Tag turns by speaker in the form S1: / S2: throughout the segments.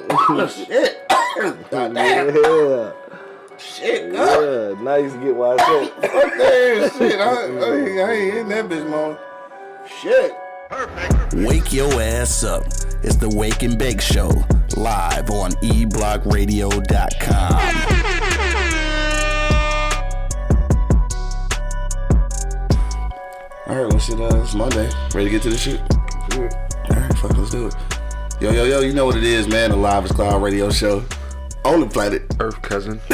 S1: shit. God damn.
S2: Yeah.
S1: Shit, God.
S2: Yeah. Now you can get washed up.
S1: Fuck that shit. I, I, ain't- I ain't in that bitch, mom. Shit.
S3: Wake your ass up. It's the Wake and Bake Show, live on e eblockradio.com.
S1: All right, well, shit, uh, it's Monday. Ready to get to the shit? All right, fuck, let's do it. Yo, yo, yo, you know what it is, man. The Live is Cloud radio show on the planet.
S4: Earth cousin.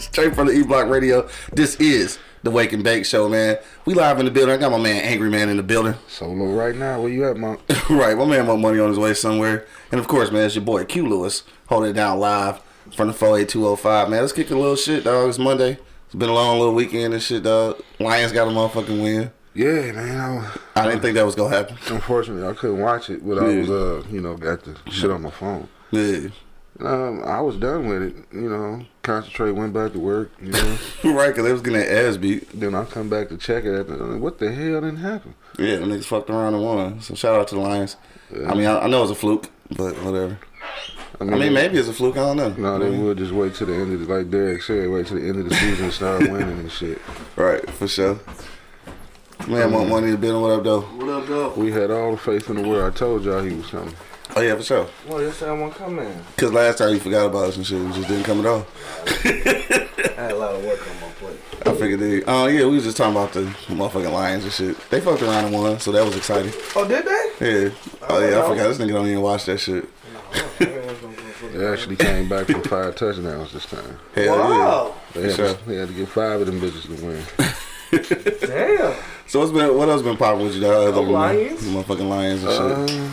S1: Straight from the E Block Radio. This is the Wake and Bake Show, man. We live in the building. I got my man Angry Man in the building.
S4: Solo right now. Where you at, Monk?
S1: right, my man want money on his way somewhere. And of course, man, it's your boy Q Lewis holding it down live from the 48205. Man, let's kick a little shit, dog. It's Monday. It's been a long little weekend and shit, dog. Lions got a motherfucking win.
S4: Yeah, man. I was,
S1: I didn't think that was gonna happen.
S4: unfortunately, I couldn't watch it, but I was, uh, you know, got the shit on my phone.
S1: Yeah.
S4: Um, I was done with it. You know, concentrate, went back to work. You know,
S1: right, because they was getting their ass beat.
S4: then I come back to check it. After, I'm like, what the hell didn't happen?
S1: Yeah, them niggas fucked around and won. So shout out to the Lions. I mean, I, I know it's a fluke, but whatever. I mean, maybe it's a fluke. I don't know.
S4: No, they would just wait till the end of the like Derek said, wait till the end of the season and start winning and shit.
S1: Right, for sure. Man, want money to build what up though? What up though?
S4: We had all the faith in the world. I told y'all he was coming.
S1: Oh yeah, for sure.
S5: Well, this time won't come in.
S1: Cause last time you forgot about us and shit, we just didn't come at all.
S5: I had a lot of work on my plate.
S1: I figured they. Oh yeah, we was just talking about the motherfucking lions and shit. They fucked around and won, so that was exciting.
S5: Oh, did they?
S1: Yeah. Oh yeah, I forgot this nigga don't even watch that shit.
S4: They actually came back from five touchdowns this time.
S1: Hell
S5: Wow.
S4: They had,
S1: Sure.
S4: to, they had to get five of them bitches to win.
S5: Damn.
S1: yeah. So what's been what else been popping with you dog? Other than
S5: Lions?
S1: the motherfucking lions and shit.
S4: Uh,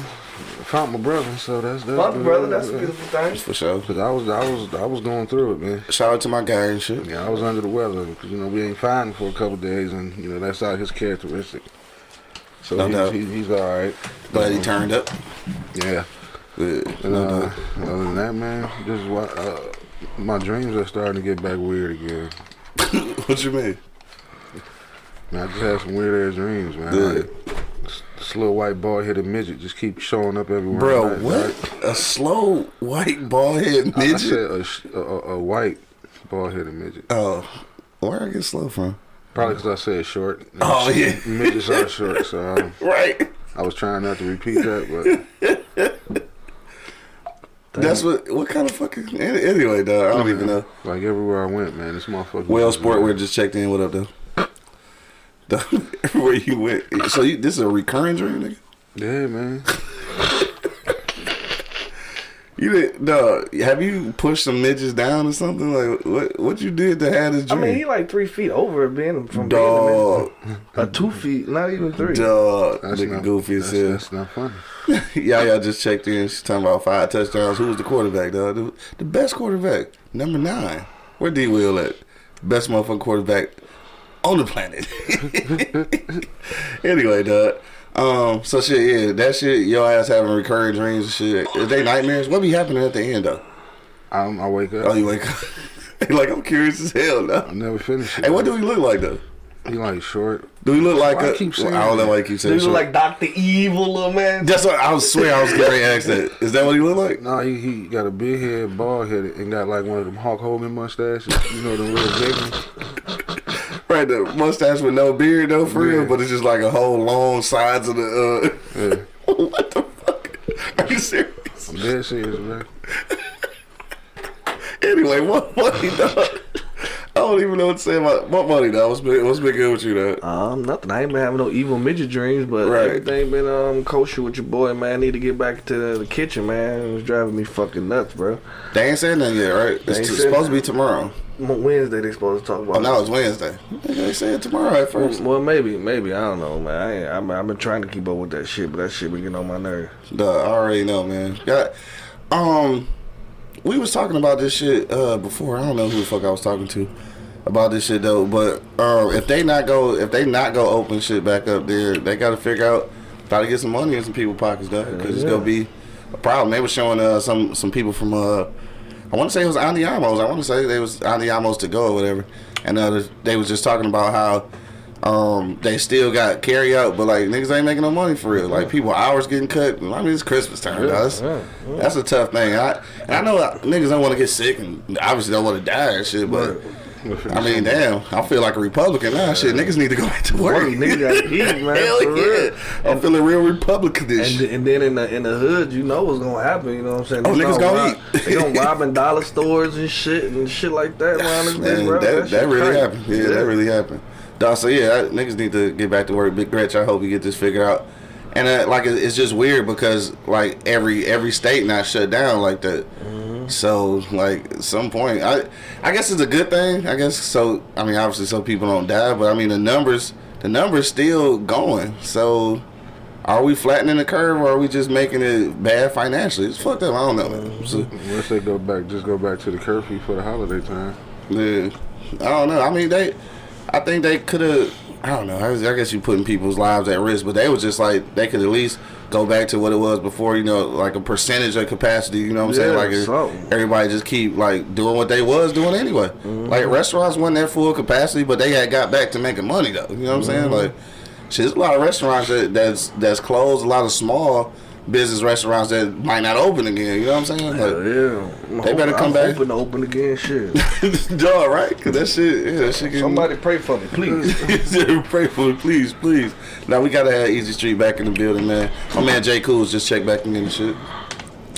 S4: found my brother, so that's that.
S5: Fuck, brother, that's a beautiful thing.
S1: for sure.
S4: Cause I was, I was, I was going through it, man.
S1: Shout out to my guy and shit.
S4: Yeah, I was under the weather because you know we ain't fighting for a couple days, and you know that's not his characteristic. So
S1: No
S4: he's,
S1: doubt.
S4: he- he's all right.
S1: Glad he turned up.
S4: Yeah.
S1: Yeah,
S4: And, uh, other than that, man, just wa- uh, my dreams are starting to get back weird again.
S1: what you mean?
S4: Man, I just had some weird ass dreams, man.
S1: Yeah.
S4: Like, this- this little white bald headed midget just keep showing up everywhere. I'm
S1: Bro,
S4: at, right?
S1: what? A slow white bald head
S4: I
S1: midget?
S4: said a, sh- a, a a white bald headed midget.
S1: Oh, where I get slow from?
S4: Probably because I said short.
S1: Oh, yeah.
S4: midgets are short, so I,
S1: Right.
S4: I was trying not to repeat that, but.
S1: That's what. What kind of fucking? an- Anyway, dog, I don't even know.
S4: Like everywhere I went, man, this motherfucker.
S1: Well, sport. We're just checked in. What up, though? Dog, Everywhere you went. So you, this is a recurring dream, nigga.
S4: Yeah, man.
S1: You did, dog. Have you pushed some midgets down or something? Like what? What you did to have this
S5: I
S1: dream?
S5: mean, he like three feet over being from
S1: dog,
S5: being a, a two feet, not even three.
S1: dog.
S4: That's
S1: Nigga
S4: not
S1: goofy as
S4: that's,
S1: hell.
S4: that's not funny.
S1: Yeah, y'all just checked in. She's talking about five touchdowns. Who was the quarterback, dog? The, the best quarterback, number nine. Where D Will at? Best motherfucking quarterback on the planet. anyway, dog. Um, so shit, yeah, that shit, your ass having recurring dreams and shit. Is they nightmares? What be happening at the end though?
S4: I'm, I wake up.
S1: Oh, you wake up. like I'm curious as hell
S4: I
S1: though.
S4: never finish it.
S1: Hey, what do we look like though?
S4: He like short.
S1: Do we look like
S4: Why
S1: a?
S4: I keep saying
S1: well, I don't know
S4: that?
S1: why you keep saying
S5: This is
S1: short.
S5: like Doctor Evil, little man.
S1: That's what I swear I was getting ready to ask that. Is that what he look like?
S4: No, he, he got a big head, bald headed, and got like one of them Hulk Hogan mustaches. You know, them real big ones.
S1: Right, the mustache with no beard, no for real, but it's just like a whole long sides of the. Uh, what the fuck? Are you serious?
S4: I'm dead serious, man.
S1: Anyway, what money, dog? I don't even know what to say about what money, dog. What's been, what's been good with you, dog?
S5: Um, nothing. I ain't been having no evil midget dreams, but
S1: Right.
S5: everything been um kosher with your boy, man. I need to get back to the kitchen, man. It was driving me fucking nuts, bro.
S1: They ain't saying nothing yet, right? It's
S5: ain't
S1: t-
S5: said
S1: supposed to be tomorrow.
S5: Mo- Wednesday they supposed to talk about.
S1: Oh, now it's Wednesday. They said tomorrow at first.
S5: Well, maybe, maybe I don't know, man. I ain't, I'm, I've been trying to keep up with that shit, but that shit been getting on my nerves.
S1: Duh, I already know, man. Got, um, we was talking about this shit uh, before. I don't know who the fuck I was talking to about this shit though. But um, if they not go, if they not go open shit back up there, they got to figure out how to get some money in some people pockets though, because it's gonna be a problem. They were showing uh, some some people from uh, I want to say it was Andiamo's. I want to say they was Andiamo's to go or whatever, and uh, they was just talking about how Um, they still got carry out, but like niggas ain't making no money for real. Like people hours getting cut. I mean, it's Christmas time, guys. That's a tough thing. I and I know uh, niggas don't want to get sick and obviously don't want to die and shit, but. I mean, damn! I feel like a Republican now. Shit, niggas need to go back to work.
S5: Work, nigga gotta eat, man,
S1: Hell
S5: for
S1: yeah!
S5: real.
S1: I'm feeling real Republicanish.
S5: And, th- and then in the in the hood, you know what's gonna happen. You know what I'm saying?
S1: Oh,
S5: They
S1: niggas
S5: start
S1: gonna
S5: rob-
S1: eat.
S5: They gonna rob in dollar stores and shit and shit like that. Around this bitch,
S1: Man,
S5: bro.
S1: that, that,
S5: shit
S1: really
S5: crazy.
S1: happened. Yeah, that really happened. Dawg, so yeah, I, niggas need to get back to work. Big Gretch, I hope you get this figured out. And uh, like, it, it's just weird because like every every state not shut down like that.
S5: Mm-hmm.
S1: So like at some point, I I guess it's a good thing. I guess so. I mean, obviously, so people don't die, but I mean the numbers the numbers still going. So. Are we flattening the curve or are we just making it bad financially? It's fucked up. I don't know, man.
S5: Mm-hmm.
S1: So-
S4: Unless they go back, just go back to the curfew for the holiday time.
S1: Yeah, I don't know. I mean, they. I think they could have. I don't know. I, was- I guess you putting people's lives at risk, but they was just like they could at least go back to what it was before. You know, like a percentage of capacity. You know what I'm saying?
S5: Yeah,
S1: Like if
S5: something. Mm-hmm.
S1: everybody just keep like doing what they was doing anyway. Like restaurants wasn't at full capacity, but they had got back to making money though. You know what I'm saying?
S5: Mm-hmm.
S1: Like, shit, there's a lot of restaurants that, that's that's closed. A lot of small business restaurants that might not open again. You know what I'm saying? Like,
S5: Hell yeah. I'm
S1: They better
S5: hoping-
S1: come
S5: I'm
S1: back.
S5: Hoping to open again, shit.
S1: Dog, right? Cause that shit, yeah, that shit. Can,
S2: Somebody pray for me, please.
S1: pray for me, please, please. Now we gotta have Easy Street back in the building, man. My man Jay Cool's just checked back in and shit.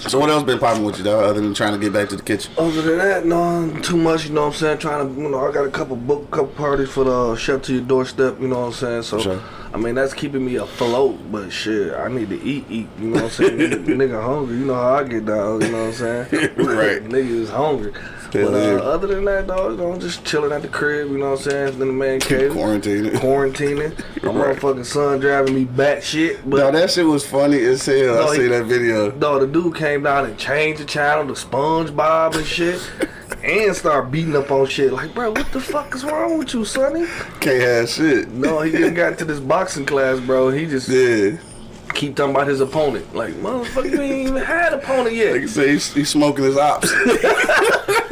S1: So what else been popping with you, dog? Other than trying to get back to the kitchen?
S5: Other than that, no, not too much. You know what I'm saying? Trying to, you know, I got a couple book, couple parties for the uh, chef to your doorstep. You know what I'm saying? So,
S1: Sure.
S5: I mean, that's keeping me afloat. But shit, I need to eat, eat. You know what I'm saying? nigga, nigga hungry. You know how I get down. You know what I'm saying?
S1: Right.
S5: nigga is hungry.
S1: Hell
S5: but uh,
S1: yeah.
S5: other than that, dog, you know, just chilling at the crib. You know what I'm saying? Then the man cave.
S1: Quarantining.
S5: Quarantining. My
S1: Right.
S5: motherfucking son driving me bat shit. But
S1: No, that shit was funny as hell.
S5: No,
S1: I
S5: he-
S1: see that video.
S5: no, the dude came down and changed the channel to SpongeBob and shit, and started beating up on shit. Like, bro, what the fuck is wrong with you, Sonny?
S1: Can't have shit.
S5: No, he just got into this boxing class, bro. He just
S1: Yeah,
S5: keep talking about his opponent. Like, motherfucker, you ain't even had an opponent
S1: like you
S5: yet.
S1: say, he's, he's smoking his ops.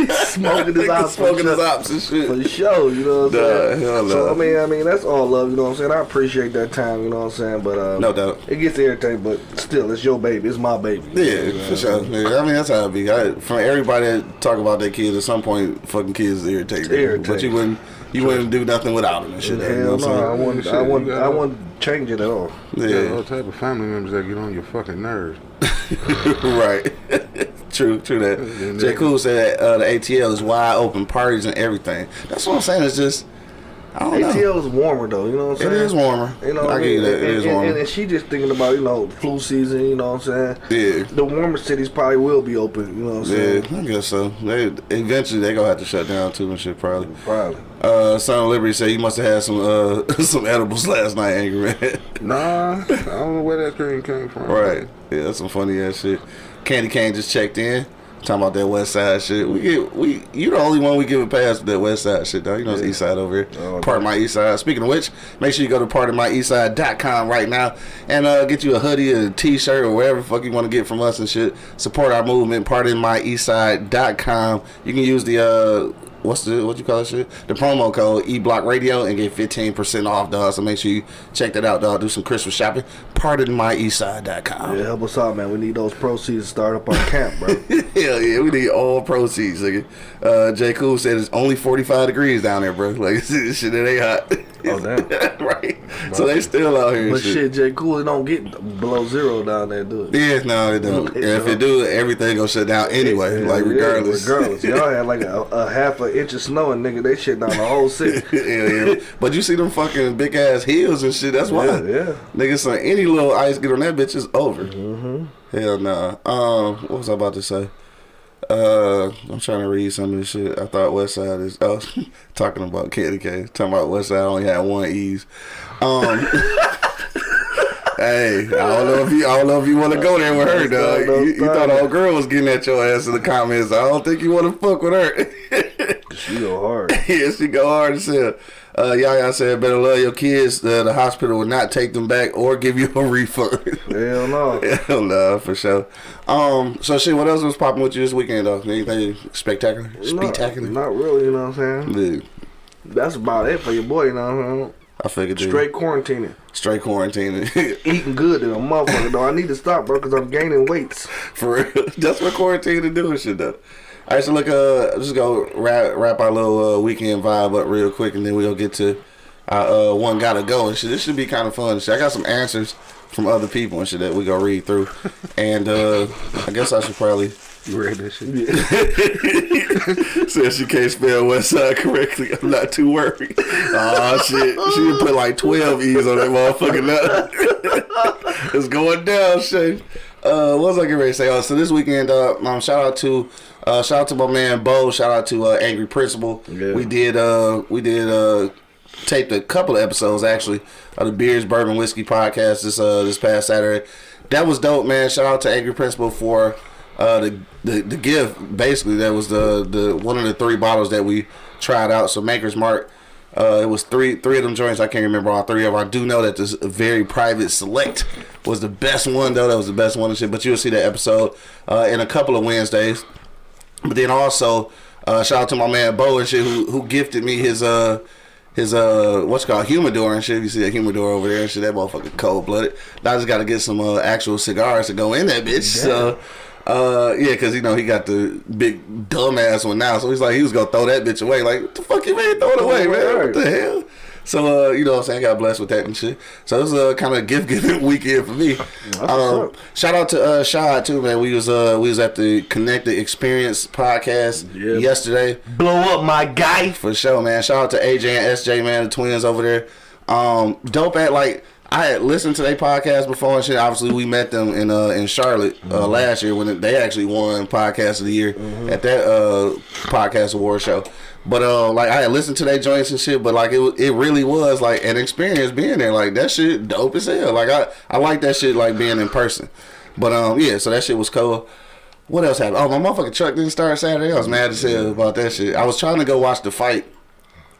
S5: Smoking his
S1: He's
S5: eyes,
S1: smoking his ops and
S5: For
S1: shit.
S5: sure, you know what I'm saying.
S1: Nah, hell
S5: so
S1: no.
S5: I mean, I mean, that's all love. You know what I'm saying. I appreciate that time. You know what I'm saying. But uh,
S1: No doubt.
S5: it gets irritating. But still, it's your baby. It's my baby.
S1: Yeah, for sure. Yeah, I mean, that's how it be. I, from everybody that talk about their kids, at some point, fucking kids irritate you. But
S5: Irritating.
S1: you wouldn't, you wouldn't do nothing without them and shit. you know
S5: Hell
S1: what I'm
S5: no, I
S1: saying?
S5: wouldn't. I
S4: Shit,
S5: wouldn't.
S4: you
S5: I
S4: gotta-
S5: wouldn't change it at all.
S4: Yeah.
S1: Yeah,
S4: all type of family members that get on your fucking nerves.
S1: right. true, true that.
S4: Mhm.
S1: J. Cool said uh, the ATL is wide open, parties and everything. That's what I'm saying. It's just, I don't know.
S5: ATL is warmer though. You know what I'm
S1: It
S5: saying?
S1: is warmer.
S5: You know, what
S1: I
S5: I
S1: give you
S5: mean,
S1: that. It
S5: and,
S1: is
S5: and-
S1: warmer.
S5: and- and she just thinking about you know flu season. You know what I'm saying?
S1: Yeah.
S5: The warmer cities probably will be open. You know what I'm
S1: Yeah,
S5: saying?
S1: I guess so. They eventually they gonna have to shut down too and shit probably.
S5: Probably.
S1: Uh, Son of Liberty said you must have had some uh some edibles last night, angry man.
S4: Nah, I don't know where that cream came from.
S1: Right. Yeah, that's some funny ass shit. Candy Cane just checked in. Talking about that West Side shit. We get we you the only one we give a pass with that West Side shit though. You know it's East Side over here. part of my East Side. Speaking of which, make sure you go to part of my eastside.com right now and uh, get you a hoodie or a t shirt or whatever the fuck you want to get from us and shit. Support our movement, part of my eastside.com. You can use the uh what's the what you call that shit? The promo code E Block Radio and get fifteen percent off, dog. So make sure you check that out, dog. Do some Christmas shopping. Pardon my eastside.com.
S5: Yeah, help us out, man. We need those proceeds to start up our camp, bro.
S1: Hell yeah, we need all proceeds, nigga. Uh, J. Cool said it's only 45 degrees down there, bro. Like, this shit, it ain't hot.
S5: Oh, damn.
S1: right? So they still out here. and
S5: but
S1: shit.
S5: shit, Jay Cool it don't get below zero down there, do it?
S1: Yeah, no, it don't.
S5: It
S1: And if it
S5: don't.
S1: do, everything gonna shut down anyway.
S5: Yeah,
S1: like,
S5: yeah,
S1: regardless.
S5: regardless, y'all had like a, a half an inch of snow and nigga, they shit down the whole city.
S1: Hell yeah. But you see them fucking big ass heels and shit. That's why.
S5: Yeah, yeah.
S1: Niggas, so any little ice get on that bitch is over.
S5: Mm-hmm.
S1: Hell nah. Um, what was I about to say? Uh, I'm trying to read some of this shit. I thought West Side is. Oh, talking about Candy K. Talking about West Side only had one ease. Um. Hey, I don't know if you, I don't know if you want to go there with her, dog. You, you thought old girl was getting at your ass in the comments. I don't think you want to fuck with her.
S5: She go hard.
S1: yeah, she go hard as hell. Uh, Yaya said, better love your kids. Uh, the hospital will not take them back or give you a refund.
S5: Hell no.
S1: Hell no, for sure. Um, so shit, what else was popping with you this weekend though? Anything spectacular?
S5: No,
S1: Spectacular?
S5: Not really, you know what I'm saying?
S1: Dude,
S5: That's about it for your boy, you know what I'm saying?
S1: I figured they-
S5: Straight quarantining.
S1: straight quarantine
S5: Eating good than a motherfucker, though. I need to stop, bro, because I'm gaining weights.
S1: for real. That's what quarantine and doing shit though. All right, so look, uh, just go wrap wrap our little uh, weekend vibe up real quick, and then we'll get to our uh, one gotta go and shit. This should be kind of fun. Shit. I got some answers from other people and shit that we gonna read through, and uh, I guess I should probably.
S4: You read that shit?
S1: Says she can't spell Westside correctly. I'm not too worried. Oh shit. She put like twelve E's on that motherfucking nut. it's going down, Shay. Uh what was I getting ready to say? Oh, so this weekend, uh um, shout out to uh shout out to my man Bo, shout out to uh Angry Principal.
S4: Yeah.
S1: We did uh we did uh taped a couple of episodes actually of the Beers, Bourbon, Whiskey podcast this uh this past Saturday. That was dope, man. Shout out to Angry Principal for uh the the, the gift basically that was the the one of the three bottles that we tried out. So Maker's Mark. Uh, it was three three of them joints. I can't remember all three of. them. I do know that this very private select was the best one though. That was the best one and shit. But you'll see that episode uh, in a couple of Wednesdays. But then also, uh, shout out to my man Bo and shit who who gifted me his uh his uh what's it called humidor and shit. You see that humidor over there and shit. That motherfucker cold blooded. Now I just got to get some uh, actual cigars to go in that bitch. So. Uh yeah, cause you know he got the big dumbass one now, so he's like he was gonna throw that bitch away. Like what the fuck you man, throw it away, man. What the hell? So uh, you know what I'm saying? I got blessed with that and shit. So it was a kind of gift giving weekend for me. Um, shout out to uh Shad too, man. We was uh we was at the Connected Experience podcast
S4: Yeah.
S1: yesterday.
S5: Blow up my guy.
S1: For sure, man. Shout out to AJ and SJ, man, the twins over there. Um, dope at like I had listened to their podcast before and shit. Obviously, we met them in uh in Charlotte uh, last year when they actually won podcast of the year at that uh podcast award show. But uh, like I had listened to their joints and shit, but like it wa- it really was like an experience being there. Like that shit dope as hell. Like I I like that shit like being in person. But um, yeah, so that shit was cool. What else happened? Oh, my motherfucking truck didn't start Saturday. I was mad as hell about that shit. I was trying to go watch the fight,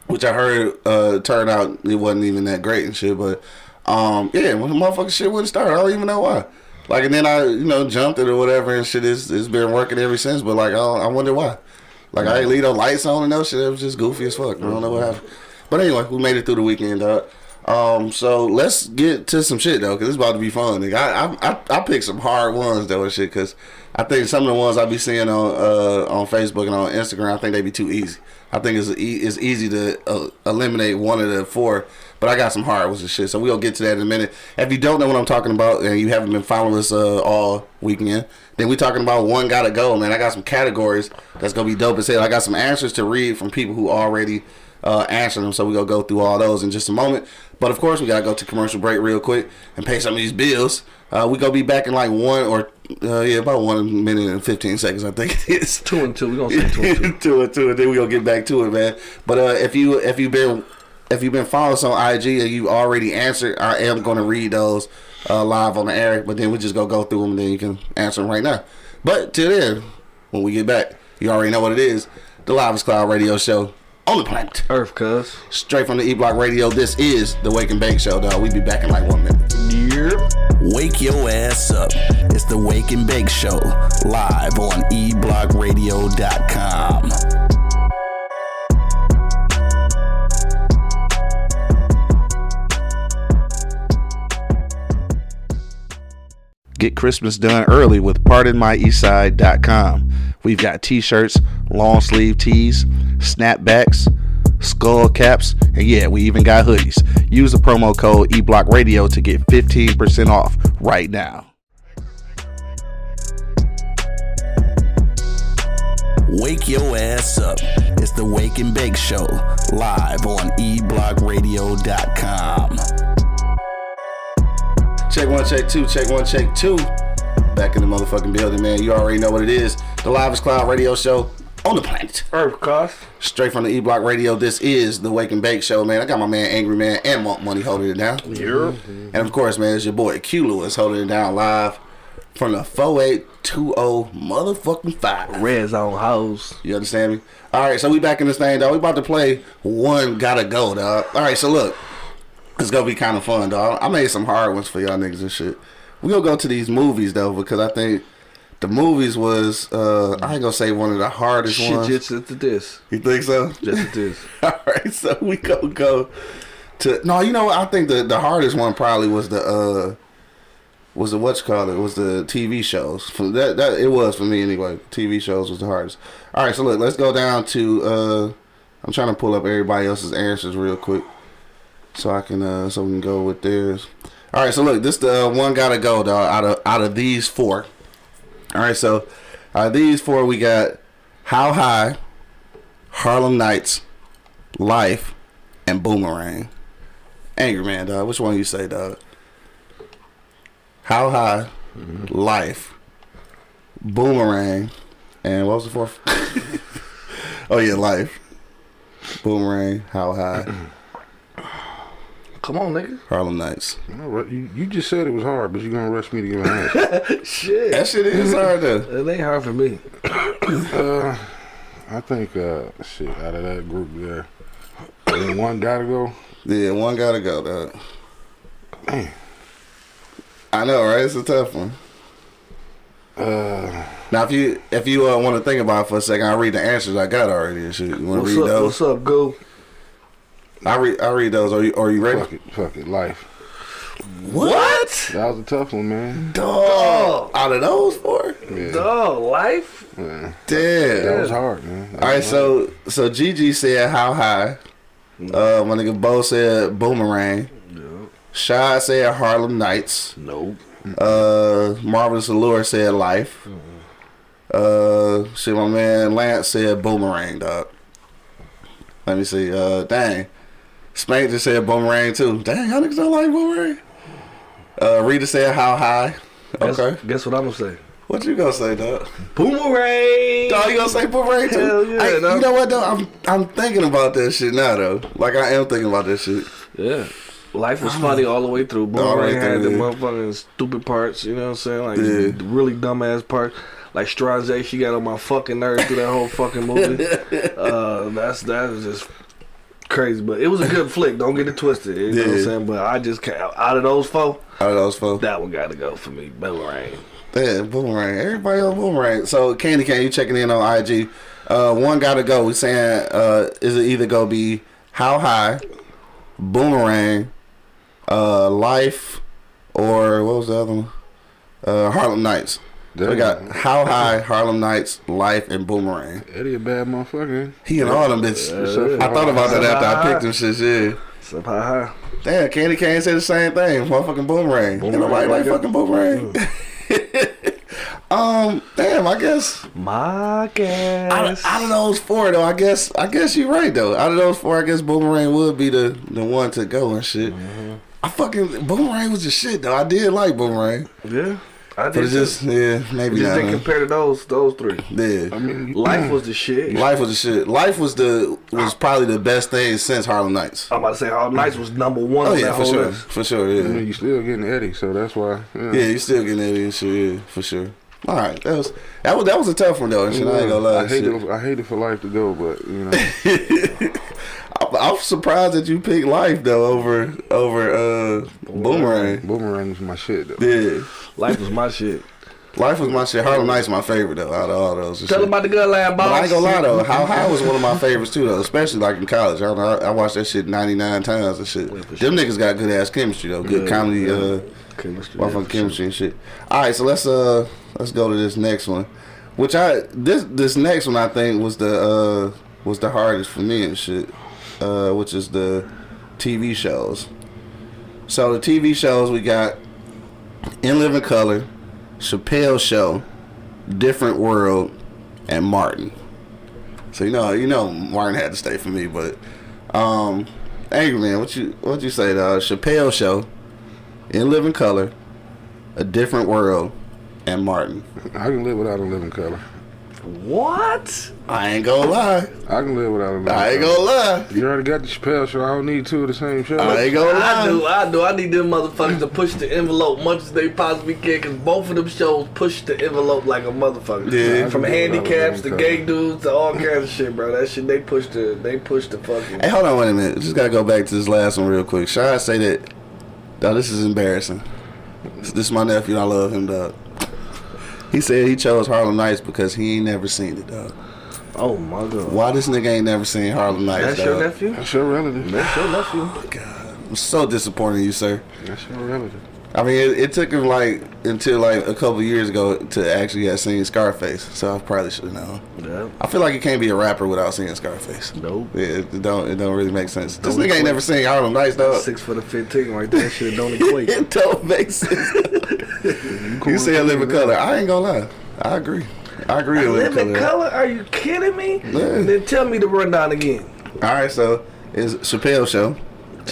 S1: which I heard uh, turned out it wasn't even that great and shit. But um, yeah, when the motherfucking shit wouldn't start, I don't even know why. Like, and then I, you know, jumped it or whatever, and shit. It's, it's been working ever since. But like, I, don't, I wonder why. Like, I ain't leave no lights on and no shit. It was just goofy as fuck. I don't know what happened. But anyway, we made it through the weekend, dog. Um, so let's get to some shit though, cause it's about to be fun. Nigga. I, I I I picked some hard ones though and shit, cause I think some of the ones I be seeing on uh on Facebook and on Instagram, I think they be too easy. I think it's e- it's easy to uh, eliminate one of the four, but I got some hard ones and shit, so we'll get to that in a minute. If you don't know what I'm talking about and you haven't been following us uh, all weekend, then we talking about one gotta go, man. I got some categories that's gonna be dope as hell. I got some answers to read from people who already uh, answering them. So we're going to go through all those in just a moment. But of course, we got to go to commercial break real quick and pay some of these bills. Uh, we going to be back in like one or, uh, yeah, about one minute and 15 seconds, I think it is.
S5: Two and two. We're going to say two and two.
S1: to it, to it. Then we gonna get back to it, man. But uh, if you if you've been if you've been following us on IG and you already answered, I am gonna read those uh, live on the air. But then we just gonna go through them, and then you can answer them right now. But till then, when we get back, you already know what it is: the Live is Cloud Radio Show on the planet,
S5: Earth, cuz.
S1: straight from the E Block Radio. This is the Wake and Bake Show, dog. We be back in like one minute.
S3: Wake your ass up. It's the Wake and Bake Show, live on E eblockradio.com.
S1: Get Christmas done early with PardonMyEastSide.com. We've got t-shirts, long sleeve tees, snapbacks, skull caps, and yeah, we even got hoodies. Use the promo code eBlockRadio to get 15% off right now.
S3: Wake your ass up. It's the Wake and Bake Show, live on E eblockradio.com.
S1: Check one, check two, check one, check two. Back in the motherfucking building, man. You already know what it is. The Live is Cloud radio show on the planet.
S5: Earth, cuz.
S1: Straight from the E Block Radio, this is the Wake and Bake Show, man. I got my man Angry Man and Monk Money holding it down.
S5: Mm-hmm.
S1: And of course, man, it's your boy Q Lewis holding it down live from the 4820 motherfucking five.
S5: Red zone hoes.
S1: You understand me? All right, so we back in this thing, dog. We about to play one gotta go, dog. All right, so look, it's gonna be kind of fun, dog. I made some hard ones for y'all niggas and shit. We gonna go to these movies though because I think the movies was uh I ain't gonna say one of the hardest
S5: Shit,
S1: ones.
S5: just at this.
S1: you think so?
S5: Just at this.
S1: All right, so we gonna go to no, you know what? I think the the hardest one probably was the uh was the what's called it was the TV shows. For that that it was for me anyway. TV shows was the hardest. All right, so look, let's go down to uh I'm trying to pull up everybody else's answers real quick so I can uh so we can go with theirs. All right, so look, this the uh, one gotta go dog out of out of these four. All right, so out of these four we got How High, Harlem Nights, Life, and Boomerang. Angry Man, dog. Which one you say, dog? How High, Life, Boomerang, and what was the fourth? oh yeah, Life, Boomerang, How High,
S5: Come on, nigga.
S1: Harlem Nights.
S4: All right, You, you just said it was hard, but you're gonna rush me to give an answer.
S5: Shit.
S1: That shit is hard though.
S5: It ain't hard for me.
S4: uh, I think uh, shit out of that group there, then one gotta go.
S1: Yeah, one gotta go, dog.
S4: Man,
S1: I know, right? It's a tough one.
S4: uh,
S1: Now, if you if you uh, want to think about it for a second, I read the answers I got already. And shit, you want to
S5: What's
S1: read
S5: up?
S1: those?
S5: What's up, go?
S1: I read I read those. Are you Are you ready?
S4: fuck it, fuck it, life.
S1: What?
S4: That was a tough one, man.
S1: Dog. Out of those four?
S4: Yeah,
S5: Dog, life?
S4: yeah. that
S1: Damn.
S4: was hard, man. That
S1: All right,
S4: was
S1: so so Gigi said how high. Uh, my nigga Bo said boomerang. Shy said Harlem Nights.
S5: Nope.
S1: Uh, Marvelous Allure said life. Uh, shit, my man Lance said boomerang, dog. Let me see. Uh, dang. Spank just said boomerang too. Dang, y'all niggas don't like boomerang. Uh, Rita said how high.
S5: Guess,
S1: Okay.
S5: Guess what I'm gonna say?
S1: What you gonna say, dog?
S5: Boomerang.
S1: Dog, you gonna say boomerang too?
S5: Hell yeah,
S1: Hey,
S5: dog.
S1: you know what though? I'm I'm thinking about that shit now though. Like I am thinking about that shit.
S5: Yeah. Life was funny all the way through.
S1: Ah. All the way
S5: Boomerang had the
S1: through, yeah.
S5: motherfucking stupid parts, you know what I'm saying? Like
S1: Yeah.
S5: the really dumbass parts. Like Stranze, she got on my fucking nerves through that whole fucking movie. uh, that's that was just crazy, but it was a good flick. Don't get it twisted. You know what I'm
S1: Yeah.
S5: saying? But I just can't, out of those four,
S1: Out of those folks.
S5: that one got to go for me. Boomerang.
S1: Yeah, boomerang. Everybody on boomerang. So Candy Can, you checking in on IG? Uh, one gotta go. We saying uh, is it either gonna be how high, boomerang, uh, life, or what was the other one? Uh, Harlem Nights.
S4: Damn.
S1: We got how high, Harlem Nights, life, and boomerang.
S4: Eddie a bad motherfucker.
S1: He and all them bitches. I thought about that after I picked them shits. Yeah.
S5: So high.
S1: Damn, Candy Cane said the same thing. Motherfucking boomerang. Ain't nobody like fucking boomerang. um, damn, I guess
S5: My
S1: out,
S5: guess.
S1: of- out of those four though, I guess I guess you're right though. Out of those four, I guess boomerang would be the the one to go and shit.
S5: Mm-hmm.
S1: I fucking boomerang was the shit though. I did like boomerang,
S5: yeah. I
S1: but
S5: did
S1: it's just yeah, maybe
S5: just didn't
S1: not. huh?
S5: compare to those those three.
S1: Yeah,
S5: Life was the shit.
S1: life was the shit. Life was the was probably the best thing since Harlem Nights.
S5: I'm about to say All Nights was number one
S1: Oh
S5: on
S1: yeah,
S5: that
S1: for
S5: whole
S1: sure,
S5: list. Mm-hmm.
S1: for sure.
S4: I
S1: Yeah.
S4: mean, you still getting Eddie, so that's why. Yeah.
S1: Yeah, you still getting that in shit, yeah, for sure. All right, that was that was that was a tough one though. And shit, I ain't gonna lie.
S4: I hate
S1: shit.
S4: it. I hate it for life to go, but you know,
S1: I'm, I'm surprised that you picked life though over over uh boomerang.
S4: boomerang was my shit though.
S1: Yeah,
S5: Life was my shit.
S1: life was my shit. Harlem Nights my favorite though out of all those. and
S5: Tell
S1: shit.
S5: about the good land, boss.
S1: But I ain't gonna lie though, How High was one of my favorites too though, especially like in college. I, don't know, I, I watched that shit 99 times and shit.
S5: for
S1: Them
S5: sure.
S1: niggas got good ass chemistry though, good
S5: Yeah,
S1: comedy.
S5: yeah.
S1: uh
S5: Chemistry, yeah,
S1: motherfucking
S5: for
S1: chemistry and shit. All right, so let's uh let's go to this next one, which I this this next one I think was the uh was the hardest for me and shit, uh which is the TV shows. So the TV shows we got In Living Color, Chappelle Show, Different World, and Martin. So you know you know Martin had to stay for me, but um. Angry man, what you what you say? The Chappelle show, in Living Color, A Different World, and Martin.
S4: I can live without a living color.
S5: sure. What?
S1: I ain't gonna lie.
S4: I can live without a living
S1: I ain't
S4: color.
S1: gonna lie.
S4: You already got the Chappelle show. I don't need two of the same show.
S1: I ain't gonna
S5: I do,
S1: lie.
S5: I do. I need them motherfuckers to push the envelope much as they possibly can, because both of them shows push the envelope like a motherfucker.
S1: Yeah.
S5: From
S4: I can do it.
S5: handicaps to
S4: Okay.
S5: gay dudes to all kinds of shit, bro. That shit they push the they push the fucking.
S1: Hey, hold on wait a minute. Just gotta go back to this last one real quick. Should I say that? No, this is embarrassing. This is my nephew. I love him, dog. He said he chose Harlem Nights because he ain't never seen it, dog.
S5: Oh my god.
S1: Why this nigga ain't never seen Harlem Nights,
S5: That's your
S1: dog?
S5: nephew.
S4: That's your relative.
S5: That's your nephew.
S1: God. I'm so disappointed in you, sir.
S4: That's your relative.
S1: I mean, it, it took him like until like a couple years ago to actually have seen Scarface, so I probably should have known.
S5: Yeah.
S1: I feel like you can't be a rapper without seeing Scarface.
S5: Nope.
S1: Yeah, it, it don't it don't really make sense. This
S5: Don't
S1: nigga ain't
S5: equate.
S1: never seen all them nights dog.
S5: Six for the fifteen right there. That shit don't equate.
S1: It don't make sense. you say a living color. I ain't gonna lie. I agree. I agree. A living,
S5: Living
S1: color.
S5: color? Are you kidding me?
S1: Yeah.
S5: Then tell me the rundown again.
S1: All right, so it's Chappelle show,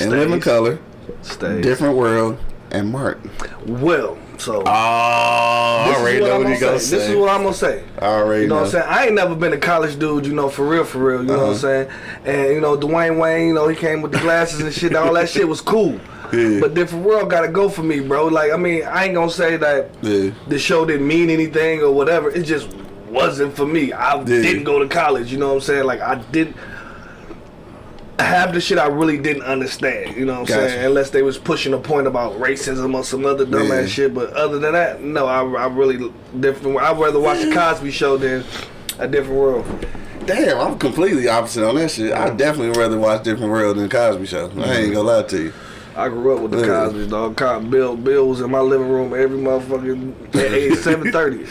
S1: and living
S5: Stays.
S1: color,
S5: Stay.
S1: different world, and Mark.
S5: Well, so
S1: Oh, I
S5: this is
S1: already
S5: what
S1: know
S5: I'm
S1: what
S5: gonna
S1: you
S5: say.
S1: gonna
S5: This
S1: say.
S5: is what I'm gonna say.
S1: I already
S5: You know what
S1: know.
S5: I'm saying? I ain't never been a college dude, you know, for real, for real. You know what
S1: Uh-huh.
S5: I'm saying? And you know, Dwayne Wayne, you know, he came with the glasses and shit. and All that shit was cool.
S1: Yeah.
S5: But different world gotta go for me, bro. Like, I mean, I ain't gonna say that
S1: Yeah.
S5: the show didn't mean anything or whatever. It just wasn't for me. I didn't go to college. You know what I'm saying? Like, I didn't have the shit I really didn't understand. You know what I'm
S1: Gotcha.
S5: saying? Unless they was pushing a point about racism or some other dumbass
S1: Yeah.
S5: shit. But other than that, no, I, I really different. I'd rather watch the Cosby Show than a different world.
S1: Damn, I'm completely opposite on that shit. I definitely rather watch Different World than Cosby Show. I ain't gonna lie to you.
S5: I grew up with the
S1: Yeah.
S5: Cosby dog. Cop Bill Bill was in my living room every motherfucking at age seven thirty.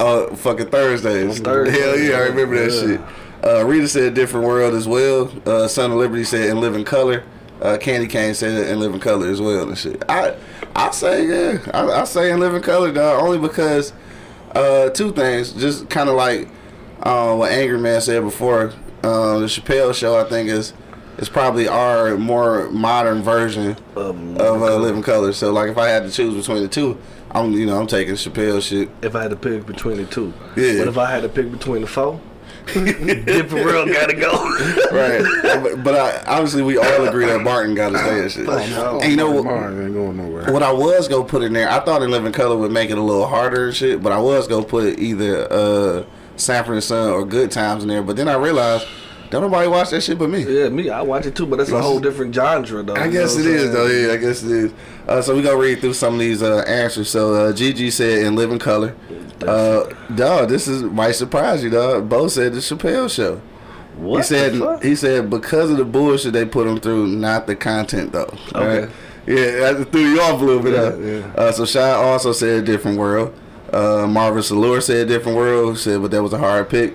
S1: Uh, fucking Thursdays.
S5: Thursday.
S1: Hell yeah, I remember that
S5: Yeah.
S1: shit. Uh, Rita said Different World as well. Uh, Son of Liberty said In Living Color. Uh, Candy Cane said In Living Color as well and shit. I I say yeah, I, I say In Living Color dog only because uh, two things. Just kind of like uh, what Angry Man said before. Uh, the Chappelle Show I think is is probably our more modern version
S5: Um,
S1: of uh, Living Color. So like if I had to choose between the two, I'm you know I'm taking Chappelle shit.
S5: if I had to pick between the two,
S1: Yeah.
S5: but if I had to pick between the four, different world gotta go.
S1: Right. but, but I, obviously, we all agree that Martin got to stay and shit.
S5: no.
S1: And you know what?
S4: Mine ain't going nowhere.
S1: What I was gonna put in there, I thought in Living Color would make it a little harder and shit, but I was gonna put either uh Sanford and Son or Good Times in there, but then I realized don't nobody watch that shit but me.
S5: Yeah, me, I watch it too, but that's a whole different genre, though.
S1: I guess it is though. Yeah, I guess it is. Uh, so we gonna read through some of these uh, answers. So uh, Gigi said in Living Color, uh, dog, this is might surprise you, dog. Bo said the Chappelle Show.
S5: What
S1: he said
S5: the fuck?
S1: he said because of the bullshit they put him through, not the content though.
S5: Okay.
S1: Right? Yeah, that threw you off a little bit. huh?
S4: yeah.
S1: Uh, so Shy also said different world. Uh, Marvin Salure said different world. Said, but that was a hard pick.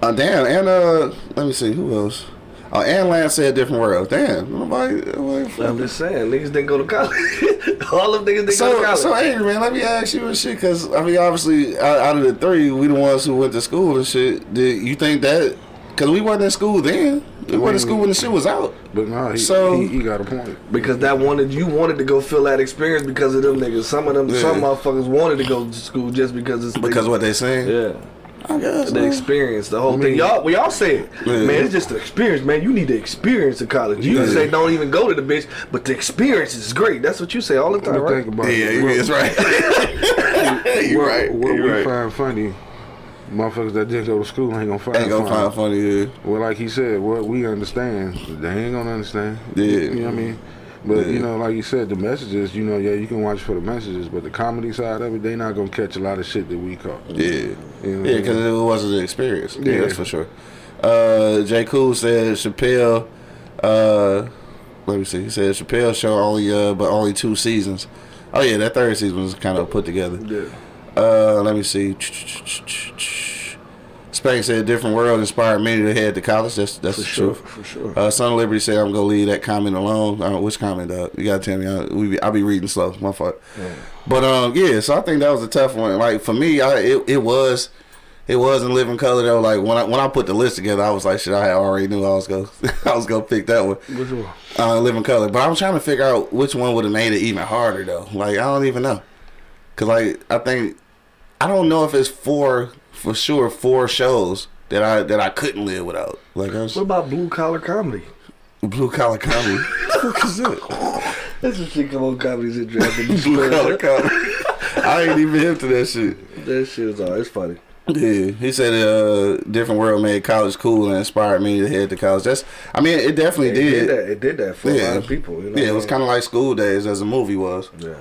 S1: Uh, damn, and uh, let me see who else. Oh, and Lance said different world. Damn, nobody. nobody
S5: I'm just saying, niggas didn't go to college. All of niggas didn't go to
S1: so,
S5: college.
S1: so angry man. Let me ask you and shit, because I mean, obviously, out, out of the three, we the ones who went to school and shit. Did you think that? Because we weren't in school then. We weren't in school when the shit was out.
S4: But no, he,
S1: So-
S4: he, he got a point.
S5: because that wanted you wanted to go feel that experience because of them niggas. Some of them, some
S1: Yeah.
S5: motherfuckers wanted to go to school just because it's
S1: Because what they saying?
S5: Yeah,
S1: I guess.
S5: the
S1: man.
S5: experience, the whole thing. Y'all, we all say it,
S1: Yeah.
S5: man. It's just the experience, man. You need the experience of college. You
S1: Yeah.
S5: say don't even go to the bitch, but the experience is great. That's what you say all the time,
S4: But
S5: right?
S4: think about
S1: yeah,
S4: it.
S1: you
S4: What-
S1: is right. you
S4: what,
S1: right.
S4: What
S1: you
S4: we
S1: right.
S4: find funny, motherfuckers that didn't go to school ain't gonna find
S1: ain't gonna
S4: funny.
S1: find funny. Yeah.
S4: Well, like he said, what we understand, they ain't gonna understand.
S1: Yeah.
S4: You know what I mean? But
S1: Yeah.
S4: you know, like you said, the messages, you know, yeah, you can watch for the messages, but the comedy side of it, they not gonna catch a lot of shit that we caught.
S1: Yeah.
S4: You know what
S1: Yeah,
S4: I mean?
S1: because it wasn't an experience. Yeah,
S4: Yeah.
S1: that's for sure. Uh, J. Cool said Chappelle. Uh, let me see. He said Chappelle show only, uh, but only two seasons. Oh yeah, that third season was kind of put together.
S5: Yeah.
S1: Uh, let me see. Spank said different world inspired many to head to college. That's that's the
S5: sure,
S1: truth.
S5: for sure.
S1: Uh, Son of Liberty said I'm gonna leave that comment alone. Uh, which comment? Uh, you gotta tell me. I, we be, I be reading slow. My fault. But um, yeah. So I think that was a tough one. Like for me, I it, it was. It was in living color though. Like when I when I put the list together, I was like, shit, I had already knew I was gonna I was gonna pick that one.
S5: Which one?
S1: Uh, living color. But I'm trying to figure out which one would have made it even harder though. Like I don't even know. Cause like I think I don't know if it's four for sure four shows that I that I couldn't live without. Like I was
S5: What about blue collar comedy?
S1: blue collar comedy. fuck is that?
S5: That's what she come on comedies and drafting.
S1: Blue collar comedy. I ain't even hip to that shit.
S5: That shit is all. It's funny.
S1: Yeah, he said uh, different world made college cool and inspired me to head to college. That's I mean it definitely
S5: It
S1: did.
S5: did that. It did that for a lot of people. You know
S1: yeah, it was kind of like school days as a movie was.
S5: of. Yeah.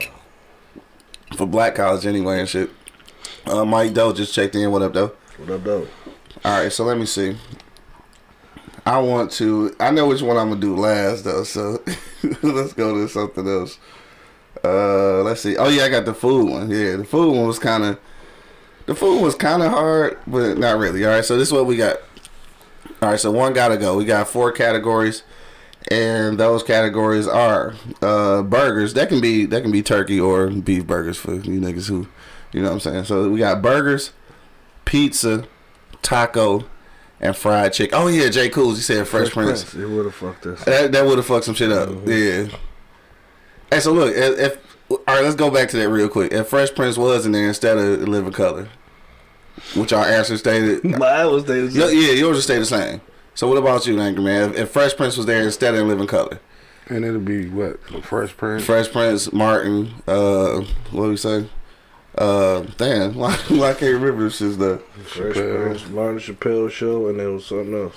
S1: for black college anyway and shit. Uh, Mike Doe just checked in. What up, though?
S5: What up, though?
S1: All right, so let me see. I want to. I know which one I'm gonna do last though. So let's go to something else. Uh, let's see. Oh yeah, I got the food one. Yeah, the food one was kind of, the food was kind of hard, but not really. All right, so this is what we got. All right, so one gotta go. We got four categories, and those categories are uh, burgers. That can be that can be turkey or beef burgers for you niggas who, you know what I'm saying. So we got burgers, pizza, taco, and fried chicken. Oh yeah, Jay Cools. He said Fresh, Prince.
S5: It would have fucked us.
S1: That, that would have fucked some shit up. Yeah. Hey, so look, if, if all right, let's go back to that real quick. If Fresh Prince was in there instead of Living Color, which our answer stated,
S5: Mine was they was
S1: yeah, yeah, yours would stay the same. So what about you, Angry Man? If, if Fresh Prince was there instead of Living Color,
S4: And it'll be what? The Fresh Prince?
S1: Fresh Prince, Martin, uh, what do we say? Uh, damn, why, why I can't remember this shit stuff.
S5: Fresh Prince, Martin Chappelle show, and it was something else.